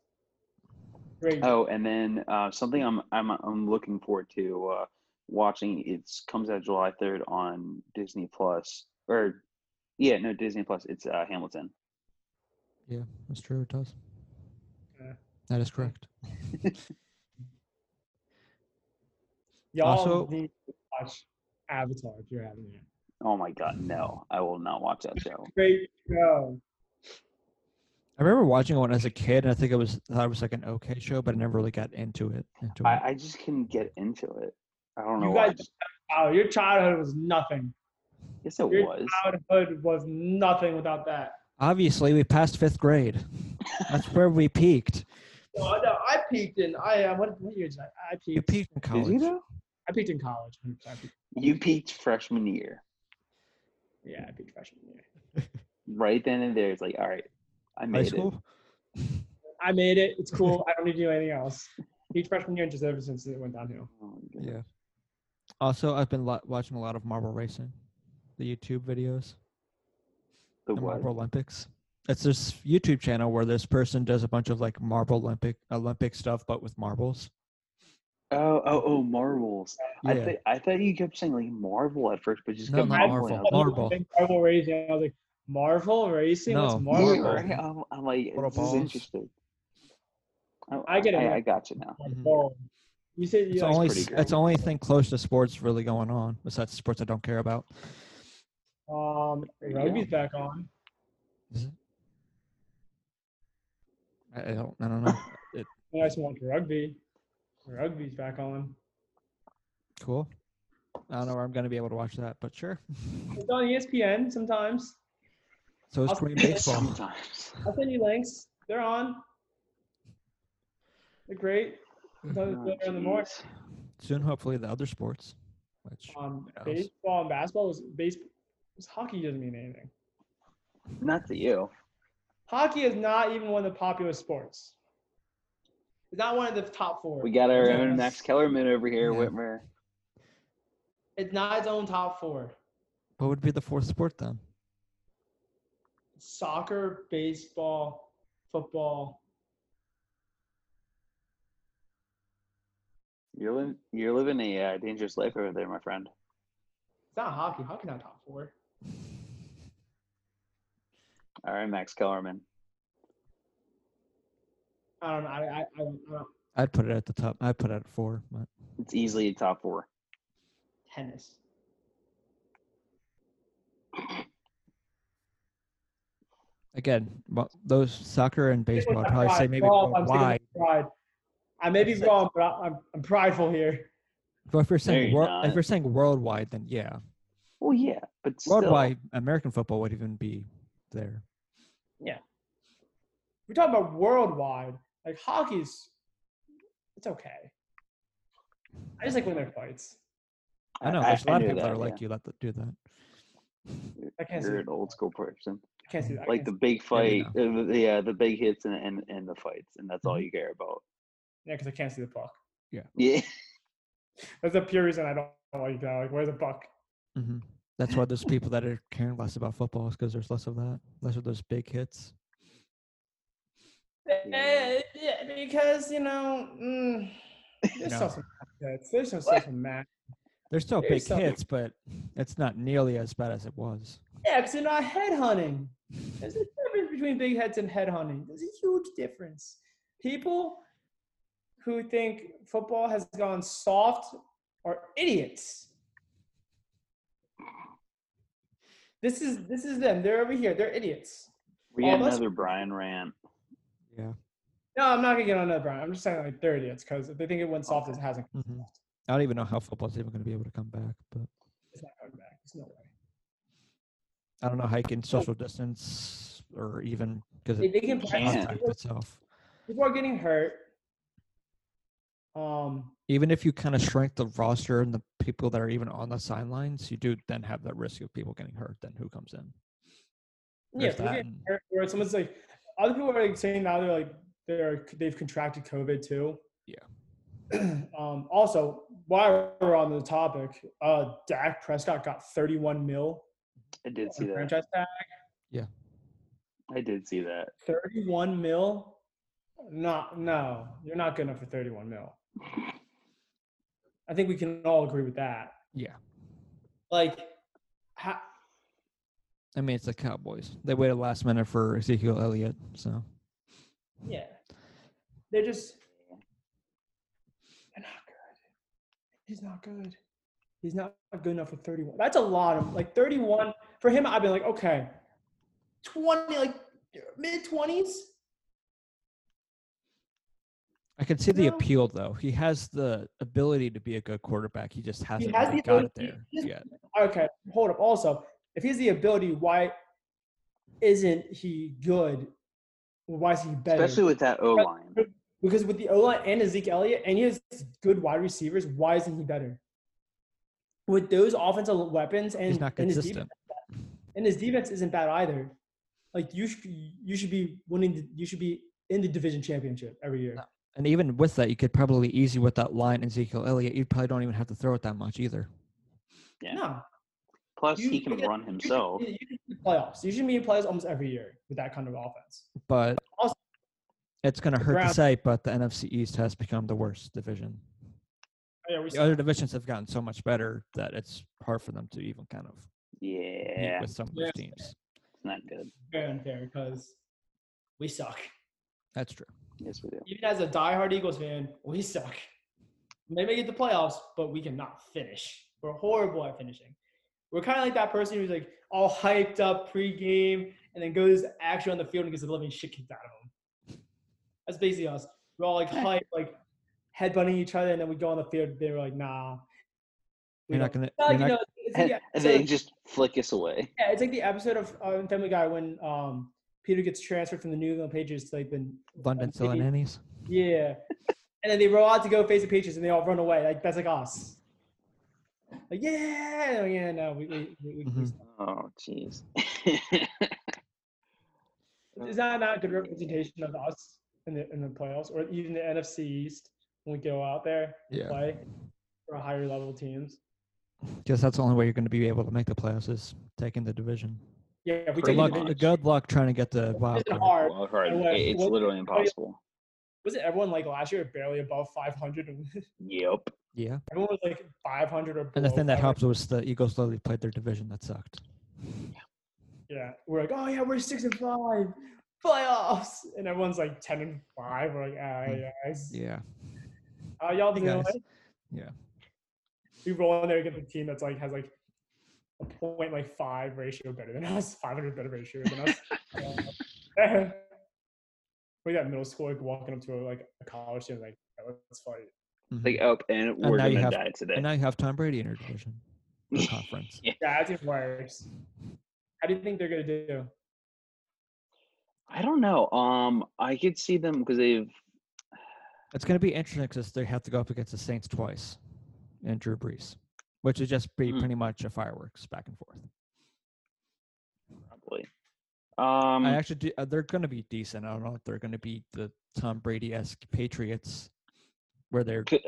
Speaker 2: Great.
Speaker 3: Oh, and then uh, something I'm I'm I'm looking forward to uh, watching. It comes out July third on Disney Plus or yeah, no Disney Plus. It's uh, Hamilton.
Speaker 1: Yeah, that's true. It does.
Speaker 2: Yeah.
Speaker 1: That is correct.
Speaker 2: Y'all
Speaker 1: Also-
Speaker 2: need to watch Avatar if you're having it.
Speaker 3: Oh my God, no! I will not watch that show.
Speaker 2: Great show.
Speaker 1: I remember watching one as a kid, and I think it was I thought it was like an okay show, but I never really got into it. Into it.
Speaker 3: I, I just couldn't get into it. I don't know
Speaker 2: You
Speaker 3: why.
Speaker 2: guys- Wow, Oh, your childhood was nothing.
Speaker 3: yes, it
Speaker 2: Your
Speaker 3: was.
Speaker 2: Childhood was nothing without that.
Speaker 1: Obviously, we passed fifth grade. That's where we peaked.
Speaker 2: No, no, I peaked in I uh, what, what year did I? I
Speaker 1: You
Speaker 2: peaked.
Speaker 1: peaked in
Speaker 3: Did
Speaker 1: college.
Speaker 3: you though?
Speaker 2: I peaked in college. 100%.
Speaker 3: You peaked freshman year,
Speaker 2: Yeah, I peaked freshman year.
Speaker 3: right then and there. It's like, all right, I
Speaker 1: High
Speaker 3: made it.
Speaker 1: school.
Speaker 2: I made it. It's cool. I don't need to do anything else. Peaked freshman year and just ever since it went downhill.
Speaker 3: Oh my God.
Speaker 1: Yeah. Also, I've been lo- watching a lot of marble racing, the YouTube videos,
Speaker 3: The
Speaker 1: the
Speaker 3: what?
Speaker 1: Marble Olympics. It's this YouTube channel where this person does a bunch of like marble Olympic Olympic stuff, but with marbles.
Speaker 3: Oh, oh, oh, marbles. I,
Speaker 1: Mm-hmm. Yeah.
Speaker 3: th- I thought you kept saying like Marvel at first, but just
Speaker 1: No,
Speaker 3: kept
Speaker 1: not
Speaker 3: mumbling.
Speaker 1: Marvel. Marvel.
Speaker 2: Marvel racing. I was like, Marvel racing?
Speaker 1: No,
Speaker 2: What's
Speaker 3: I was like,
Speaker 2: Marvel?
Speaker 3: Yeah,
Speaker 1: Marvel.
Speaker 3: right? I'm, I'm like,
Speaker 1: What a
Speaker 3: this
Speaker 1: balls.
Speaker 3: is interesting. Oh,
Speaker 2: I get it,
Speaker 3: I,
Speaker 2: man.
Speaker 3: I got you now.
Speaker 1: Mhm.
Speaker 2: Marvel. You said you
Speaker 1: It's
Speaker 2: like,
Speaker 1: only
Speaker 3: pretty
Speaker 1: s- that's
Speaker 3: good.
Speaker 1: the only thing close to sports really going on besides sports I don't care about.
Speaker 2: um rugby's back on.
Speaker 1: Is it? I I don't. I don't know.
Speaker 2: I just want rugby. Rugby's back on.
Speaker 1: cool. I don't know where I'm going to be able to watch that, but sure.
Speaker 2: It's on E ESPN sometimes.
Speaker 1: So is
Speaker 2: I'll-
Speaker 1: Korean baseball.
Speaker 3: Sometimes.
Speaker 2: I'll send you links. They're on. They're great. Sometimes
Speaker 3: Oh,
Speaker 2: it's later in the morning.
Speaker 3: jeez.
Speaker 1: Soon, hopefully, the other sports. Which
Speaker 2: Um,
Speaker 1: What else?
Speaker 2: baseball and basketball was baseball. Hockey doesn't mean anything.
Speaker 3: Not to you.
Speaker 2: Hockey is not even one of the popular sports. It's not one of the top four.
Speaker 3: We got our own
Speaker 2: Yes.
Speaker 3: Max Kellerman over here,
Speaker 1: Yeah.
Speaker 3: Whitmer.
Speaker 2: It's not its own top four.
Speaker 1: what would be the fourth sport then?
Speaker 2: Soccer, baseball, football.
Speaker 3: You're living, you're living a uh, dangerous life over there, my friend.
Speaker 2: It's not hockey. Hockey's not top four.
Speaker 3: All right, Max Kellerman.
Speaker 2: I don't know. I, I, I, don't, I don't.
Speaker 1: I'd put it at the top. I'd put it at four. But
Speaker 3: It's easily a top four.
Speaker 2: Tennis.
Speaker 1: again, well, those soccer and
Speaker 2: Stick with
Speaker 1: baseball, I'd
Speaker 2: my
Speaker 1: probably say maybe
Speaker 2: pride. Golf,
Speaker 1: four.
Speaker 2: I'm sticking
Speaker 1: why.
Speaker 2: with my pride. I may be
Speaker 3: Six.
Speaker 2: wrong, but I, I'm, I'm prideful here.
Speaker 1: But if you're
Speaker 3: No,
Speaker 1: saying
Speaker 3: you're
Speaker 1: wor- if
Speaker 3: not.
Speaker 1: you're saying worldwide, then yeah,
Speaker 3: Well, yeah, but still.
Speaker 1: worldwide American football would even be there.
Speaker 2: We're talking about worldwide. Like hockey's, it's okay. I just like when there are fights.
Speaker 1: I know there's a
Speaker 3: a
Speaker 1: lot of people that are like you that th- do that.
Speaker 2: I can't see.
Speaker 3: You're
Speaker 2: I
Speaker 3: an old school person.
Speaker 2: can't see that. I
Speaker 3: Like
Speaker 2: can't
Speaker 3: the
Speaker 2: see-
Speaker 3: big
Speaker 1: Yeah,
Speaker 3: fight,
Speaker 1: we
Speaker 3: uh, the the, uh, the big hits and, and and the fights, and that's all
Speaker 1: Mm-hmm.
Speaker 3: you care about.
Speaker 2: yeah, because I can't see the puck.
Speaker 3: Yeah,
Speaker 2: That's the pure reason I don't like that. Like, where's the puck?
Speaker 1: hmm That's why there's people that are caring less about football is because there's less of that, less of those big hits.
Speaker 2: Eh, Yeah, because you know, mm, there's
Speaker 1: No.
Speaker 2: still some upsets. There's some stuff in that.
Speaker 1: There's still
Speaker 2: There's
Speaker 1: big
Speaker 2: some-
Speaker 1: hits, but it's not nearly as bad as it was.
Speaker 2: Yeah, because they're not headhunting. There's a difference between big heads and headhunting. There's a huge difference. People who think football has gone soft are idiots. This is this is them. They're over here. They're idiots.
Speaker 3: we got
Speaker 2: All us-
Speaker 3: another Brian rant.
Speaker 1: Yeah.
Speaker 2: No, I'm not gonna get on another Brian. I'm just saying like they're idiots because if they think it went soft, it hasn't.
Speaker 1: hmm I don't even know how football's even going to be able to come back, but
Speaker 2: It's not coming back. There's no way.
Speaker 1: I don't know how you can social distance or even because
Speaker 2: They-
Speaker 1: it
Speaker 2: they can
Speaker 3: practice
Speaker 1: contact
Speaker 2: it.
Speaker 1: itself.
Speaker 2: People are getting hurt. Um,
Speaker 1: Even if you kind of shrink the roster and the people that are even on the sidelines, you do then have that risk of people getting hurt. Then who comes in?
Speaker 2: yeah,
Speaker 1: There's
Speaker 2: people
Speaker 1: that
Speaker 2: getting
Speaker 1: and-
Speaker 2: hurt. Where someone's like, other people are like saying now they're like they're they've contracted COVID too.
Speaker 1: Yeah.
Speaker 2: um, also, while we're on the topic, uh, Dak Prescott got 31 mil
Speaker 3: I did see
Speaker 2: on
Speaker 3: that.
Speaker 2: franchise tag.
Speaker 3: I did see that.
Speaker 2: 31 mil? No, no, you're not good enough for 31 mil. I think we can all agree with that.
Speaker 1: Yeah.
Speaker 2: Like, how,
Speaker 1: I mean, it's the Cowboys. They waited last minute for Ezekiel Elliott, so
Speaker 2: yeah, they're just they're not good. He's not good. He's not good enough for 31. That's a lot of like 31 for him. I've been like, okay, 20, like mid 20s.
Speaker 1: I can see the
Speaker 2: No.
Speaker 1: appeal. Though he has the ability to be a good quarterback, he just hasn't
Speaker 2: has
Speaker 1: really
Speaker 2: the
Speaker 1: got it
Speaker 2: ability.
Speaker 1: there
Speaker 2: He just-
Speaker 1: yet.
Speaker 2: Okay, hold up. Also, if he has the ability, why isn't he good? Why is he better?
Speaker 3: Especially with that O line.
Speaker 2: Because with the O line and Zeke Elliott, and he has good wide receivers, why isn't he better? With those offensive weapons and,
Speaker 1: He's not
Speaker 2: and, his,
Speaker 1: consistent.
Speaker 2: defense, and his defense isn't bad either. Like you should, you should be winning. The, you should be in the division championship every year.
Speaker 1: No. And even with that, you could probably easy with that line Ezekiel Elliott. You probably don't even have to throw it that much either.
Speaker 3: Yeah.
Speaker 2: No,
Speaker 3: Plus,
Speaker 2: You-
Speaker 3: he can
Speaker 2: you-
Speaker 3: run himself.
Speaker 2: you should be in the playoffs. You should be in playoffs almost every year with that kind of offense.
Speaker 1: But
Speaker 2: Also-
Speaker 1: it's going to hurt to
Speaker 2: Browns-
Speaker 1: say, but the NFC East has become the worst division.
Speaker 2: Yeah, we
Speaker 1: The other divisions have gotten so much better that it's hard for them to even kind of meet
Speaker 3: Yeah,
Speaker 1: with
Speaker 3: it's
Speaker 1: some of those
Speaker 2: Yeah.
Speaker 1: teams.
Speaker 3: not good.
Speaker 2: very unfair because we suck.
Speaker 1: That's true.
Speaker 3: Yes, we do.
Speaker 2: Even as a diehard Eagles fan, we suck. May make it the playoffs, but we cannot finish. We're horrible at finishing. We're kind of like that person who's like all hyped up pregame and then goes actually on the field and gets the living shit kicked out of them. That's basically us. We're all like hyped, like headbutting each other, and then we go on the field. They're like, nah. We
Speaker 1: You're not
Speaker 2: don't-
Speaker 1: gonna-
Speaker 2: Not like,
Speaker 1: you're not-
Speaker 2: you know, it's like
Speaker 3: And,
Speaker 2: the
Speaker 3: and
Speaker 2: episode-
Speaker 3: they just flick us away.
Speaker 2: yeah, it's like the episode of um, Family Guy when um, Peter gets transferred from the New England Patriots to like the
Speaker 1: London still in
Speaker 2: maybe-
Speaker 1: Annie's.
Speaker 2: yeah, and then they roll out to go face the Patriots, and they all run away. Like that's like us. Like yeah, oh, yeah, no, we, we, we, we
Speaker 1: Mhm.
Speaker 3: Oh, jeez.
Speaker 2: is that not a good representation of us in the in the playoffs or even the NFC East when we go out there and
Speaker 1: Yeah.
Speaker 2: play for higher level teams?
Speaker 1: Because that's the only way you're going to be able to make the playoffs is taking the division.
Speaker 2: Yeah, if we
Speaker 3: Good
Speaker 1: Good
Speaker 2: take
Speaker 1: luck.
Speaker 2: luck,
Speaker 3: luck.
Speaker 1: Good luck trying to get the wild
Speaker 2: It's
Speaker 1: card.
Speaker 2: hard.
Speaker 3: Well, hard.
Speaker 2: And what-
Speaker 3: It- It's
Speaker 2: what-
Speaker 3: literally impossible.
Speaker 2: Was it everyone like last year barely above 500? And
Speaker 3: Yep.
Speaker 1: Yeah.
Speaker 2: everyone was like 500 or.
Speaker 1: And the
Speaker 2: below
Speaker 1: thing that
Speaker 2: 500.
Speaker 1: helps was the Eagles slowly played their division. That sucked.
Speaker 2: Yeah, we're like, oh yeah, we're six and five, playoffs, and everyone's like ten and five. We're like, ah,
Speaker 1: Mm.
Speaker 2: guys,
Speaker 1: Yeah.
Speaker 2: oh y'all think
Speaker 1: Guys.
Speaker 2: guys.
Speaker 1: Yeah.
Speaker 2: We roll in there against a team that's like has like a point like five ratio better than us, five hundred better ratio than us. Uh, we got middle school like walking up to like a college team like "Yeah, let's fight.
Speaker 1: Mhm.
Speaker 3: Like, oh, and we're
Speaker 1: now you
Speaker 3: gonna
Speaker 1: have-
Speaker 3: die today.
Speaker 1: And now you have Tom Brady in your division or conference.
Speaker 2: Yeah, that's even worse. How do you think they're gonna do?
Speaker 3: I don't know. Um, I could see them because they've
Speaker 1: It's going to be interesting because they have to go up against the Saints twice and Drew Brees, which would just be
Speaker 3: Hmm.
Speaker 1: pretty much a fireworks back and forth.
Speaker 3: probably. Um,
Speaker 1: I actually do, uh, they're going to be decent. I don't know if they're going to be the Tom Brady esque Patriots where they're
Speaker 3: could,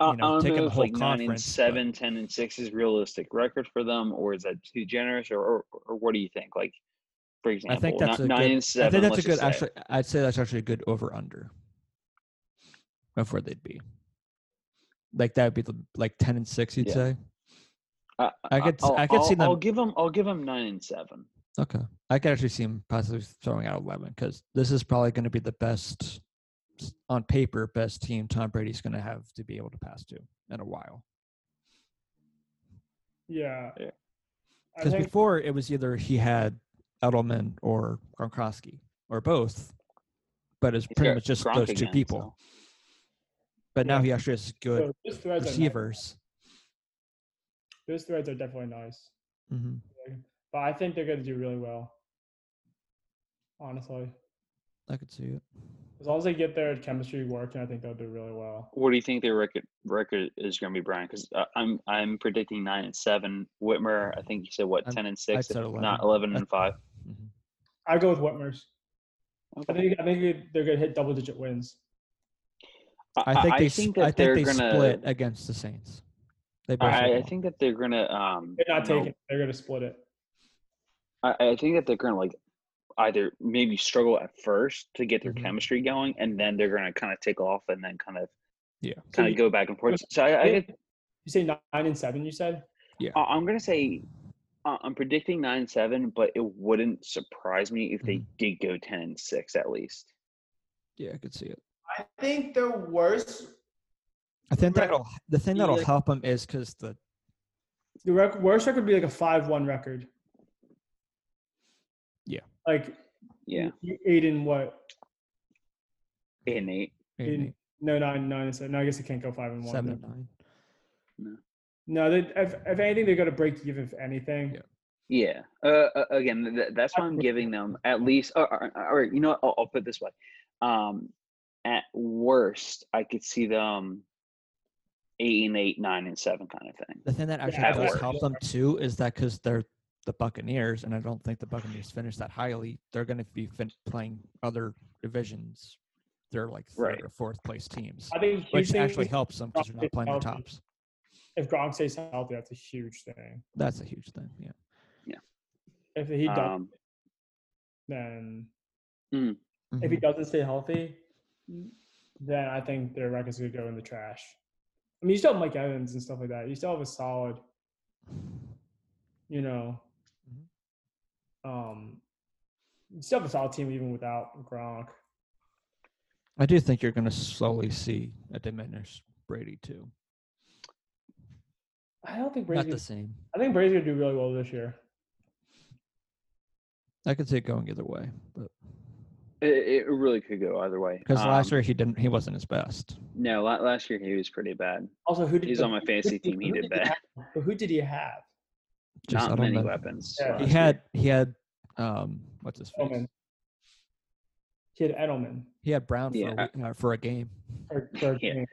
Speaker 3: I-
Speaker 1: you know,
Speaker 3: I don't
Speaker 1: taking
Speaker 3: know
Speaker 1: the
Speaker 3: if
Speaker 1: whole
Speaker 3: like nine and
Speaker 1: conference, but-
Speaker 3: seven, ten and six is realistic record for them, or is that too generous, or or, or what do you think? Like, for example,
Speaker 1: that's
Speaker 3: ni-
Speaker 1: a
Speaker 3: nine
Speaker 1: good-
Speaker 3: and
Speaker 1: I
Speaker 3: seven.
Speaker 1: think that's
Speaker 3: let's
Speaker 1: a good.
Speaker 3: just say.
Speaker 1: Actually, I'd say that's actually a good over under of where they'd be. Like that would be the like ten and six. You'd
Speaker 3: Yeah.
Speaker 1: say.
Speaker 3: I,
Speaker 1: I could s-
Speaker 3: Uh, I'll,
Speaker 1: I could see
Speaker 3: I'll- I'll
Speaker 1: them-
Speaker 3: give them. I'll give them nine and seven.
Speaker 1: Okay, I could actually see him possibly throwing out eleven because this is probably going to be the best s- on paper best team Tom Brady's going to have to be able to pass to in a while.
Speaker 2: Yeah.
Speaker 3: Yeah.
Speaker 2: I
Speaker 1: Because
Speaker 2: think-
Speaker 1: before it was either he had Edelman or Gronkowski or both, but it's
Speaker 3: He's
Speaker 1: pretty
Speaker 3: got
Speaker 1: much just
Speaker 3: Gronk
Speaker 1: those two
Speaker 3: again,
Speaker 1: people.
Speaker 3: so-
Speaker 1: But now
Speaker 2: Yeah.
Speaker 1: he actually has good
Speaker 2: So those threads are nice.
Speaker 1: receivers.
Speaker 2: Those threads are definitely nice.
Speaker 1: hmm
Speaker 2: But I think they're going to do really well. Honestly,
Speaker 1: I could see it.
Speaker 2: as long as they get their chemistry working, I think they'll do really well.
Speaker 3: What do you think their record record is going to be, Brian? Because I'm I'm predicting nine and seven. Whitmer, I think you said what
Speaker 1: I'm-
Speaker 3: ten and six,
Speaker 1: said
Speaker 3: if
Speaker 1: 11.
Speaker 3: not eleven
Speaker 1: I-
Speaker 3: and five.
Speaker 1: Mhm.
Speaker 2: I go with Whitmer's. I
Speaker 3: Okay.
Speaker 2: think I think they're going to hit double digit wins.
Speaker 1: I think they.
Speaker 3: I
Speaker 1: s-
Speaker 3: think
Speaker 1: I
Speaker 3: that
Speaker 1: think
Speaker 3: they're
Speaker 1: they
Speaker 3: gonna.
Speaker 1: split against the Saints. They both
Speaker 3: I,
Speaker 1: have
Speaker 3: I
Speaker 1: one.
Speaker 3: think that they're gonna. Um,
Speaker 2: They're not
Speaker 3: you know,
Speaker 2: taking. it. They're going to split it.
Speaker 3: I, I think that they're gonna like either maybe struggle at first to get their
Speaker 1: Mhm.
Speaker 3: chemistry going, and then they're going to kind of take off and then kind of
Speaker 1: Yeah.
Speaker 3: kind of go back and forth. So I, I
Speaker 2: Yeah.
Speaker 3: get
Speaker 2: You say nine and seven. You said
Speaker 3: I- I'm gonna say uh, I'm predicting nine seven, but it wouldn't surprise me if they did go 10 and six at least.
Speaker 1: Yeah, I could see it.
Speaker 2: I think the worst.
Speaker 1: I think
Speaker 2: Right.
Speaker 1: that'll the thing
Speaker 2: You
Speaker 1: that'll
Speaker 2: like-
Speaker 1: help them is because the
Speaker 2: The rec- worst record would be like a five-one record.
Speaker 1: Yeah.
Speaker 2: Like
Speaker 3: Yeah,
Speaker 2: you eight and what?
Speaker 3: eight and eight.
Speaker 1: eight and
Speaker 2: In-
Speaker 1: eight,
Speaker 2: No, nine, nine, and seven. No, I guess it can't go five and one.
Speaker 1: seven and nine.
Speaker 2: No, they, if, if anything, they're going to break even. If anything,
Speaker 1: Yeah.
Speaker 3: Yeah. Uh, uh, again, th- th- that's why I'm giving them at least. All right, all right you know, what, I'll, I'll put it this way. Um, at worst, I could see them eight and eight, nine and seven kind of thing.
Speaker 1: The thing that actually
Speaker 3: that
Speaker 1: does
Speaker 3: works.
Speaker 1: help them too is that because they're the Buccaneers, and I don't think the Buccaneers finish that highly. They're going to be fin- playing other divisions. They're like third
Speaker 3: Right.
Speaker 1: or fourth place teams,
Speaker 2: I think a huge
Speaker 1: which
Speaker 2: thing
Speaker 1: actually
Speaker 2: is
Speaker 1: helps them because they're not playing the
Speaker 2: healthy.
Speaker 1: tops.
Speaker 2: if Gronk stays healthy, that's a huge thing.
Speaker 1: That's a huge thing. Yeah.
Speaker 2: If he doesn't,
Speaker 3: Um,
Speaker 2: then if he
Speaker 1: Mhm.
Speaker 2: doesn't stay healthy, then I think their record's going to go in the trash. I mean, you still have Mike Evans and stuff like that. You still have a solid,
Speaker 1: Mm-hmm.
Speaker 2: you know, um, you still have a solid team even without Gronk.
Speaker 1: I do think you're going to slowly see a diminished Brady too.
Speaker 2: I don't think Brady's.
Speaker 1: Not
Speaker 2: Gonna,
Speaker 1: the same.
Speaker 2: I think Brady's going to do really well this year.
Speaker 1: I could see it going either way, but
Speaker 3: it, it really could go either way.
Speaker 1: because last
Speaker 3: Um,
Speaker 1: year he didn't, he wasn't his best.
Speaker 3: no, la- last year he was pretty bad.
Speaker 2: Also, who did
Speaker 3: He's
Speaker 2: but
Speaker 3: on my
Speaker 2: who
Speaker 3: fantasy
Speaker 2: did he-
Speaker 3: team. He
Speaker 2: who
Speaker 3: did bad.
Speaker 2: have? But who did he have?
Speaker 1: Just I
Speaker 3: Not
Speaker 1: don't
Speaker 3: many
Speaker 1: know.
Speaker 3: weapons.
Speaker 2: Yeah.
Speaker 1: He
Speaker 3: last year.
Speaker 1: had he had um what's his face?
Speaker 2: Edelman. He had Edelman.
Speaker 1: He had Brown for
Speaker 3: Yeah, Uh-huh.
Speaker 1: a week, uh, for a game.
Speaker 2: Or, or
Speaker 3: Yeah.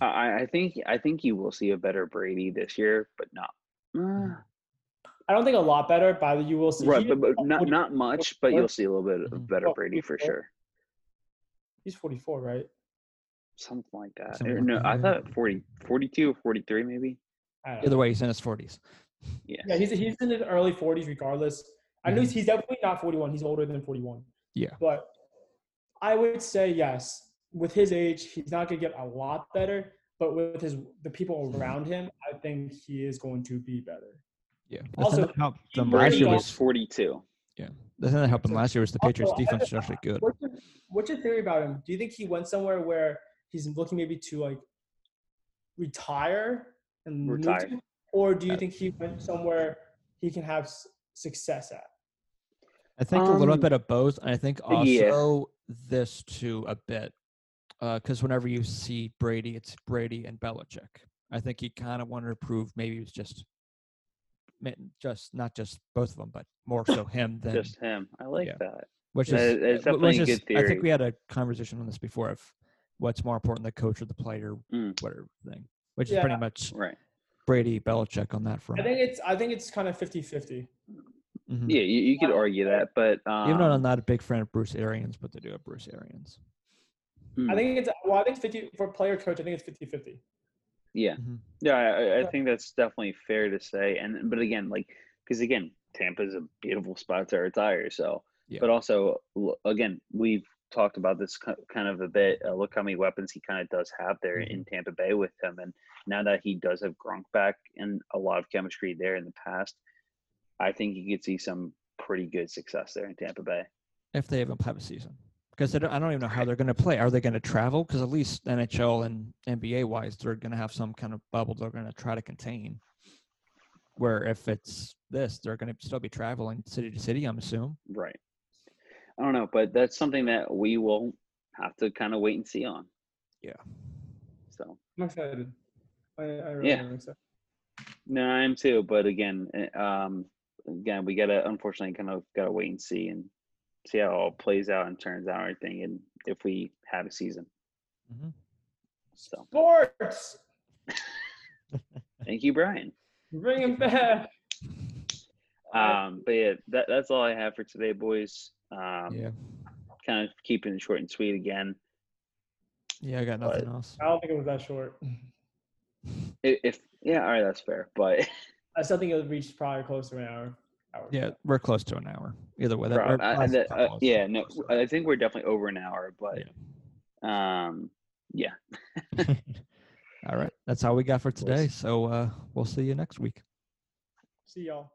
Speaker 3: I- I, I think I think you will see a better Brady this year, but not
Speaker 1: Mm.
Speaker 3: uh,
Speaker 2: I don't think a lot better, but you will see.
Speaker 3: right,
Speaker 2: he-
Speaker 3: but, but not not much. But you'll
Speaker 2: what-
Speaker 3: see a little bit of
Speaker 1: Mhm.
Speaker 3: better
Speaker 2: Well,
Speaker 3: Brady for
Speaker 2: before-
Speaker 3: sure,
Speaker 2: he's 44, right?
Speaker 3: something like that.
Speaker 1: Something
Speaker 3: Or
Speaker 1: like
Speaker 3: No,
Speaker 1: that,
Speaker 3: I
Speaker 1: yeah.
Speaker 3: thought 40, 42 or forty three maybe.
Speaker 2: I don't
Speaker 1: Either
Speaker 2: know.
Speaker 1: way, he's in his forties.
Speaker 3: Yeah,
Speaker 2: Yeah, he's, he's in the early 40s regardless. I know
Speaker 1: Mhm.
Speaker 2: he's, he's definitely not 41. He's older than 41.
Speaker 1: Yeah.
Speaker 2: But I would say yes. With his age, he's not going to get a lot better, but with his the people around him, I think he is going to be better.
Speaker 1: Yeah. The
Speaker 2: Also,
Speaker 1: thing that helped them last
Speaker 3: Brady
Speaker 1: year
Speaker 2: got-
Speaker 3: was
Speaker 1: was
Speaker 3: forty two.
Speaker 1: the thing that helped them
Speaker 2: Also,
Speaker 1: last year was the
Speaker 2: I
Speaker 1: Patriots
Speaker 2: have
Speaker 1: defense
Speaker 2: a-
Speaker 1: was actually good.
Speaker 2: What's your, what's your theory about him? Do you think he went somewhere where he's looking maybe to like retire and move
Speaker 3: Retire.
Speaker 2: to? or do you think he went somewhere he can have s- success at?
Speaker 1: I think a little
Speaker 3: Um,
Speaker 1: bit of both. And I think also
Speaker 3: yeah.
Speaker 1: this too a bit. Because whenever you see Brady, it's Brady and Belichick. I think he kind of wanted to prove maybe it was just, ma- just not just both of them, but more so him than
Speaker 3: Just him. I like
Speaker 1: yeah.
Speaker 3: that.
Speaker 1: which
Speaker 3: That
Speaker 1: is,
Speaker 3: is- that's
Speaker 1: uh, wh-
Speaker 3: definitely a good
Speaker 1: I think
Speaker 3: theory.
Speaker 1: we had a conversation on this before of what's more important, the coach or the player,
Speaker 3: Mm.
Speaker 1: whatever thing, which is
Speaker 2: Yeah.
Speaker 1: pretty much
Speaker 3: Right.
Speaker 1: Brady Belichick on that front.
Speaker 2: I think it's I think it's kind of 50-50.
Speaker 1: Mhm.
Speaker 3: Yeah, you, you could argue that, but um,
Speaker 1: Even though I'm not a big fan of Bruce Arians, but they do have Bruce Arians.
Speaker 2: I
Speaker 3: mm,
Speaker 2: think it's well, I think 50 for player coach, I think it's 50-50.
Speaker 3: yeah,
Speaker 1: Mhm.
Speaker 3: yeah, I, I- I think that's definitely fair to say. And but again, like because again, Tampa's a beautiful spot to retire. So,
Speaker 1: Yeah.
Speaker 3: but also l- again, we've talked about this ki- kind of a bit. Uh, look how many weapons he kind of does have there
Speaker 1: Mhm.
Speaker 3: in Tampa Bay with him, and now that he does have Gronk back and a lot of chemistry there in the past, I think you could see some pretty good success there in Tampa Bay.
Speaker 1: If they even have a season, because don't, I don't even know how they're going to play. Are they going to travel? Because at least NHL and NBA wise, they're going to have some kind of bubble they're going to try to contain. Where if it's this, they're going to still be traveling city to city. I'm assume.
Speaker 3: Right. I don't know, but that's something that we will have to kind of wait and see on.
Speaker 1: Yeah.
Speaker 3: So
Speaker 2: I'm excited. I, I really
Speaker 3: Yeah.
Speaker 2: am excited.
Speaker 3: no, I am too. But again, eh, um, again, we gotta unfortunately kind of gotta wait and see and see how it all plays out and turns out and everything, and if we have a season.
Speaker 1: Mhm.
Speaker 3: So
Speaker 2: Sports!
Speaker 3: thank you, Brian.
Speaker 2: Bring him back. Alright.
Speaker 3: Um, but yeah, that, that's all I have for today, boys. Um,
Speaker 1: yeah,
Speaker 3: kind of keeping it short and sweet again.
Speaker 1: yeah, I got nothing else.
Speaker 2: I don't think it was that short.
Speaker 3: If, if yeah, all right, that's fair. But
Speaker 2: I still think it would reach probably close to an hour. hour.
Speaker 1: Yeah, we're close to an hour. Either way, that,
Speaker 3: Rob,
Speaker 1: or
Speaker 3: I- I-
Speaker 1: less than
Speaker 3: that-
Speaker 1: five
Speaker 3: uh,
Speaker 1: hours.
Speaker 3: yeah, no, I think we're definitely over an hour, but um, yeah.
Speaker 1: All right, that's all we got for
Speaker 3: course.
Speaker 1: today. So uh, we'll see you next week.
Speaker 2: See y'all.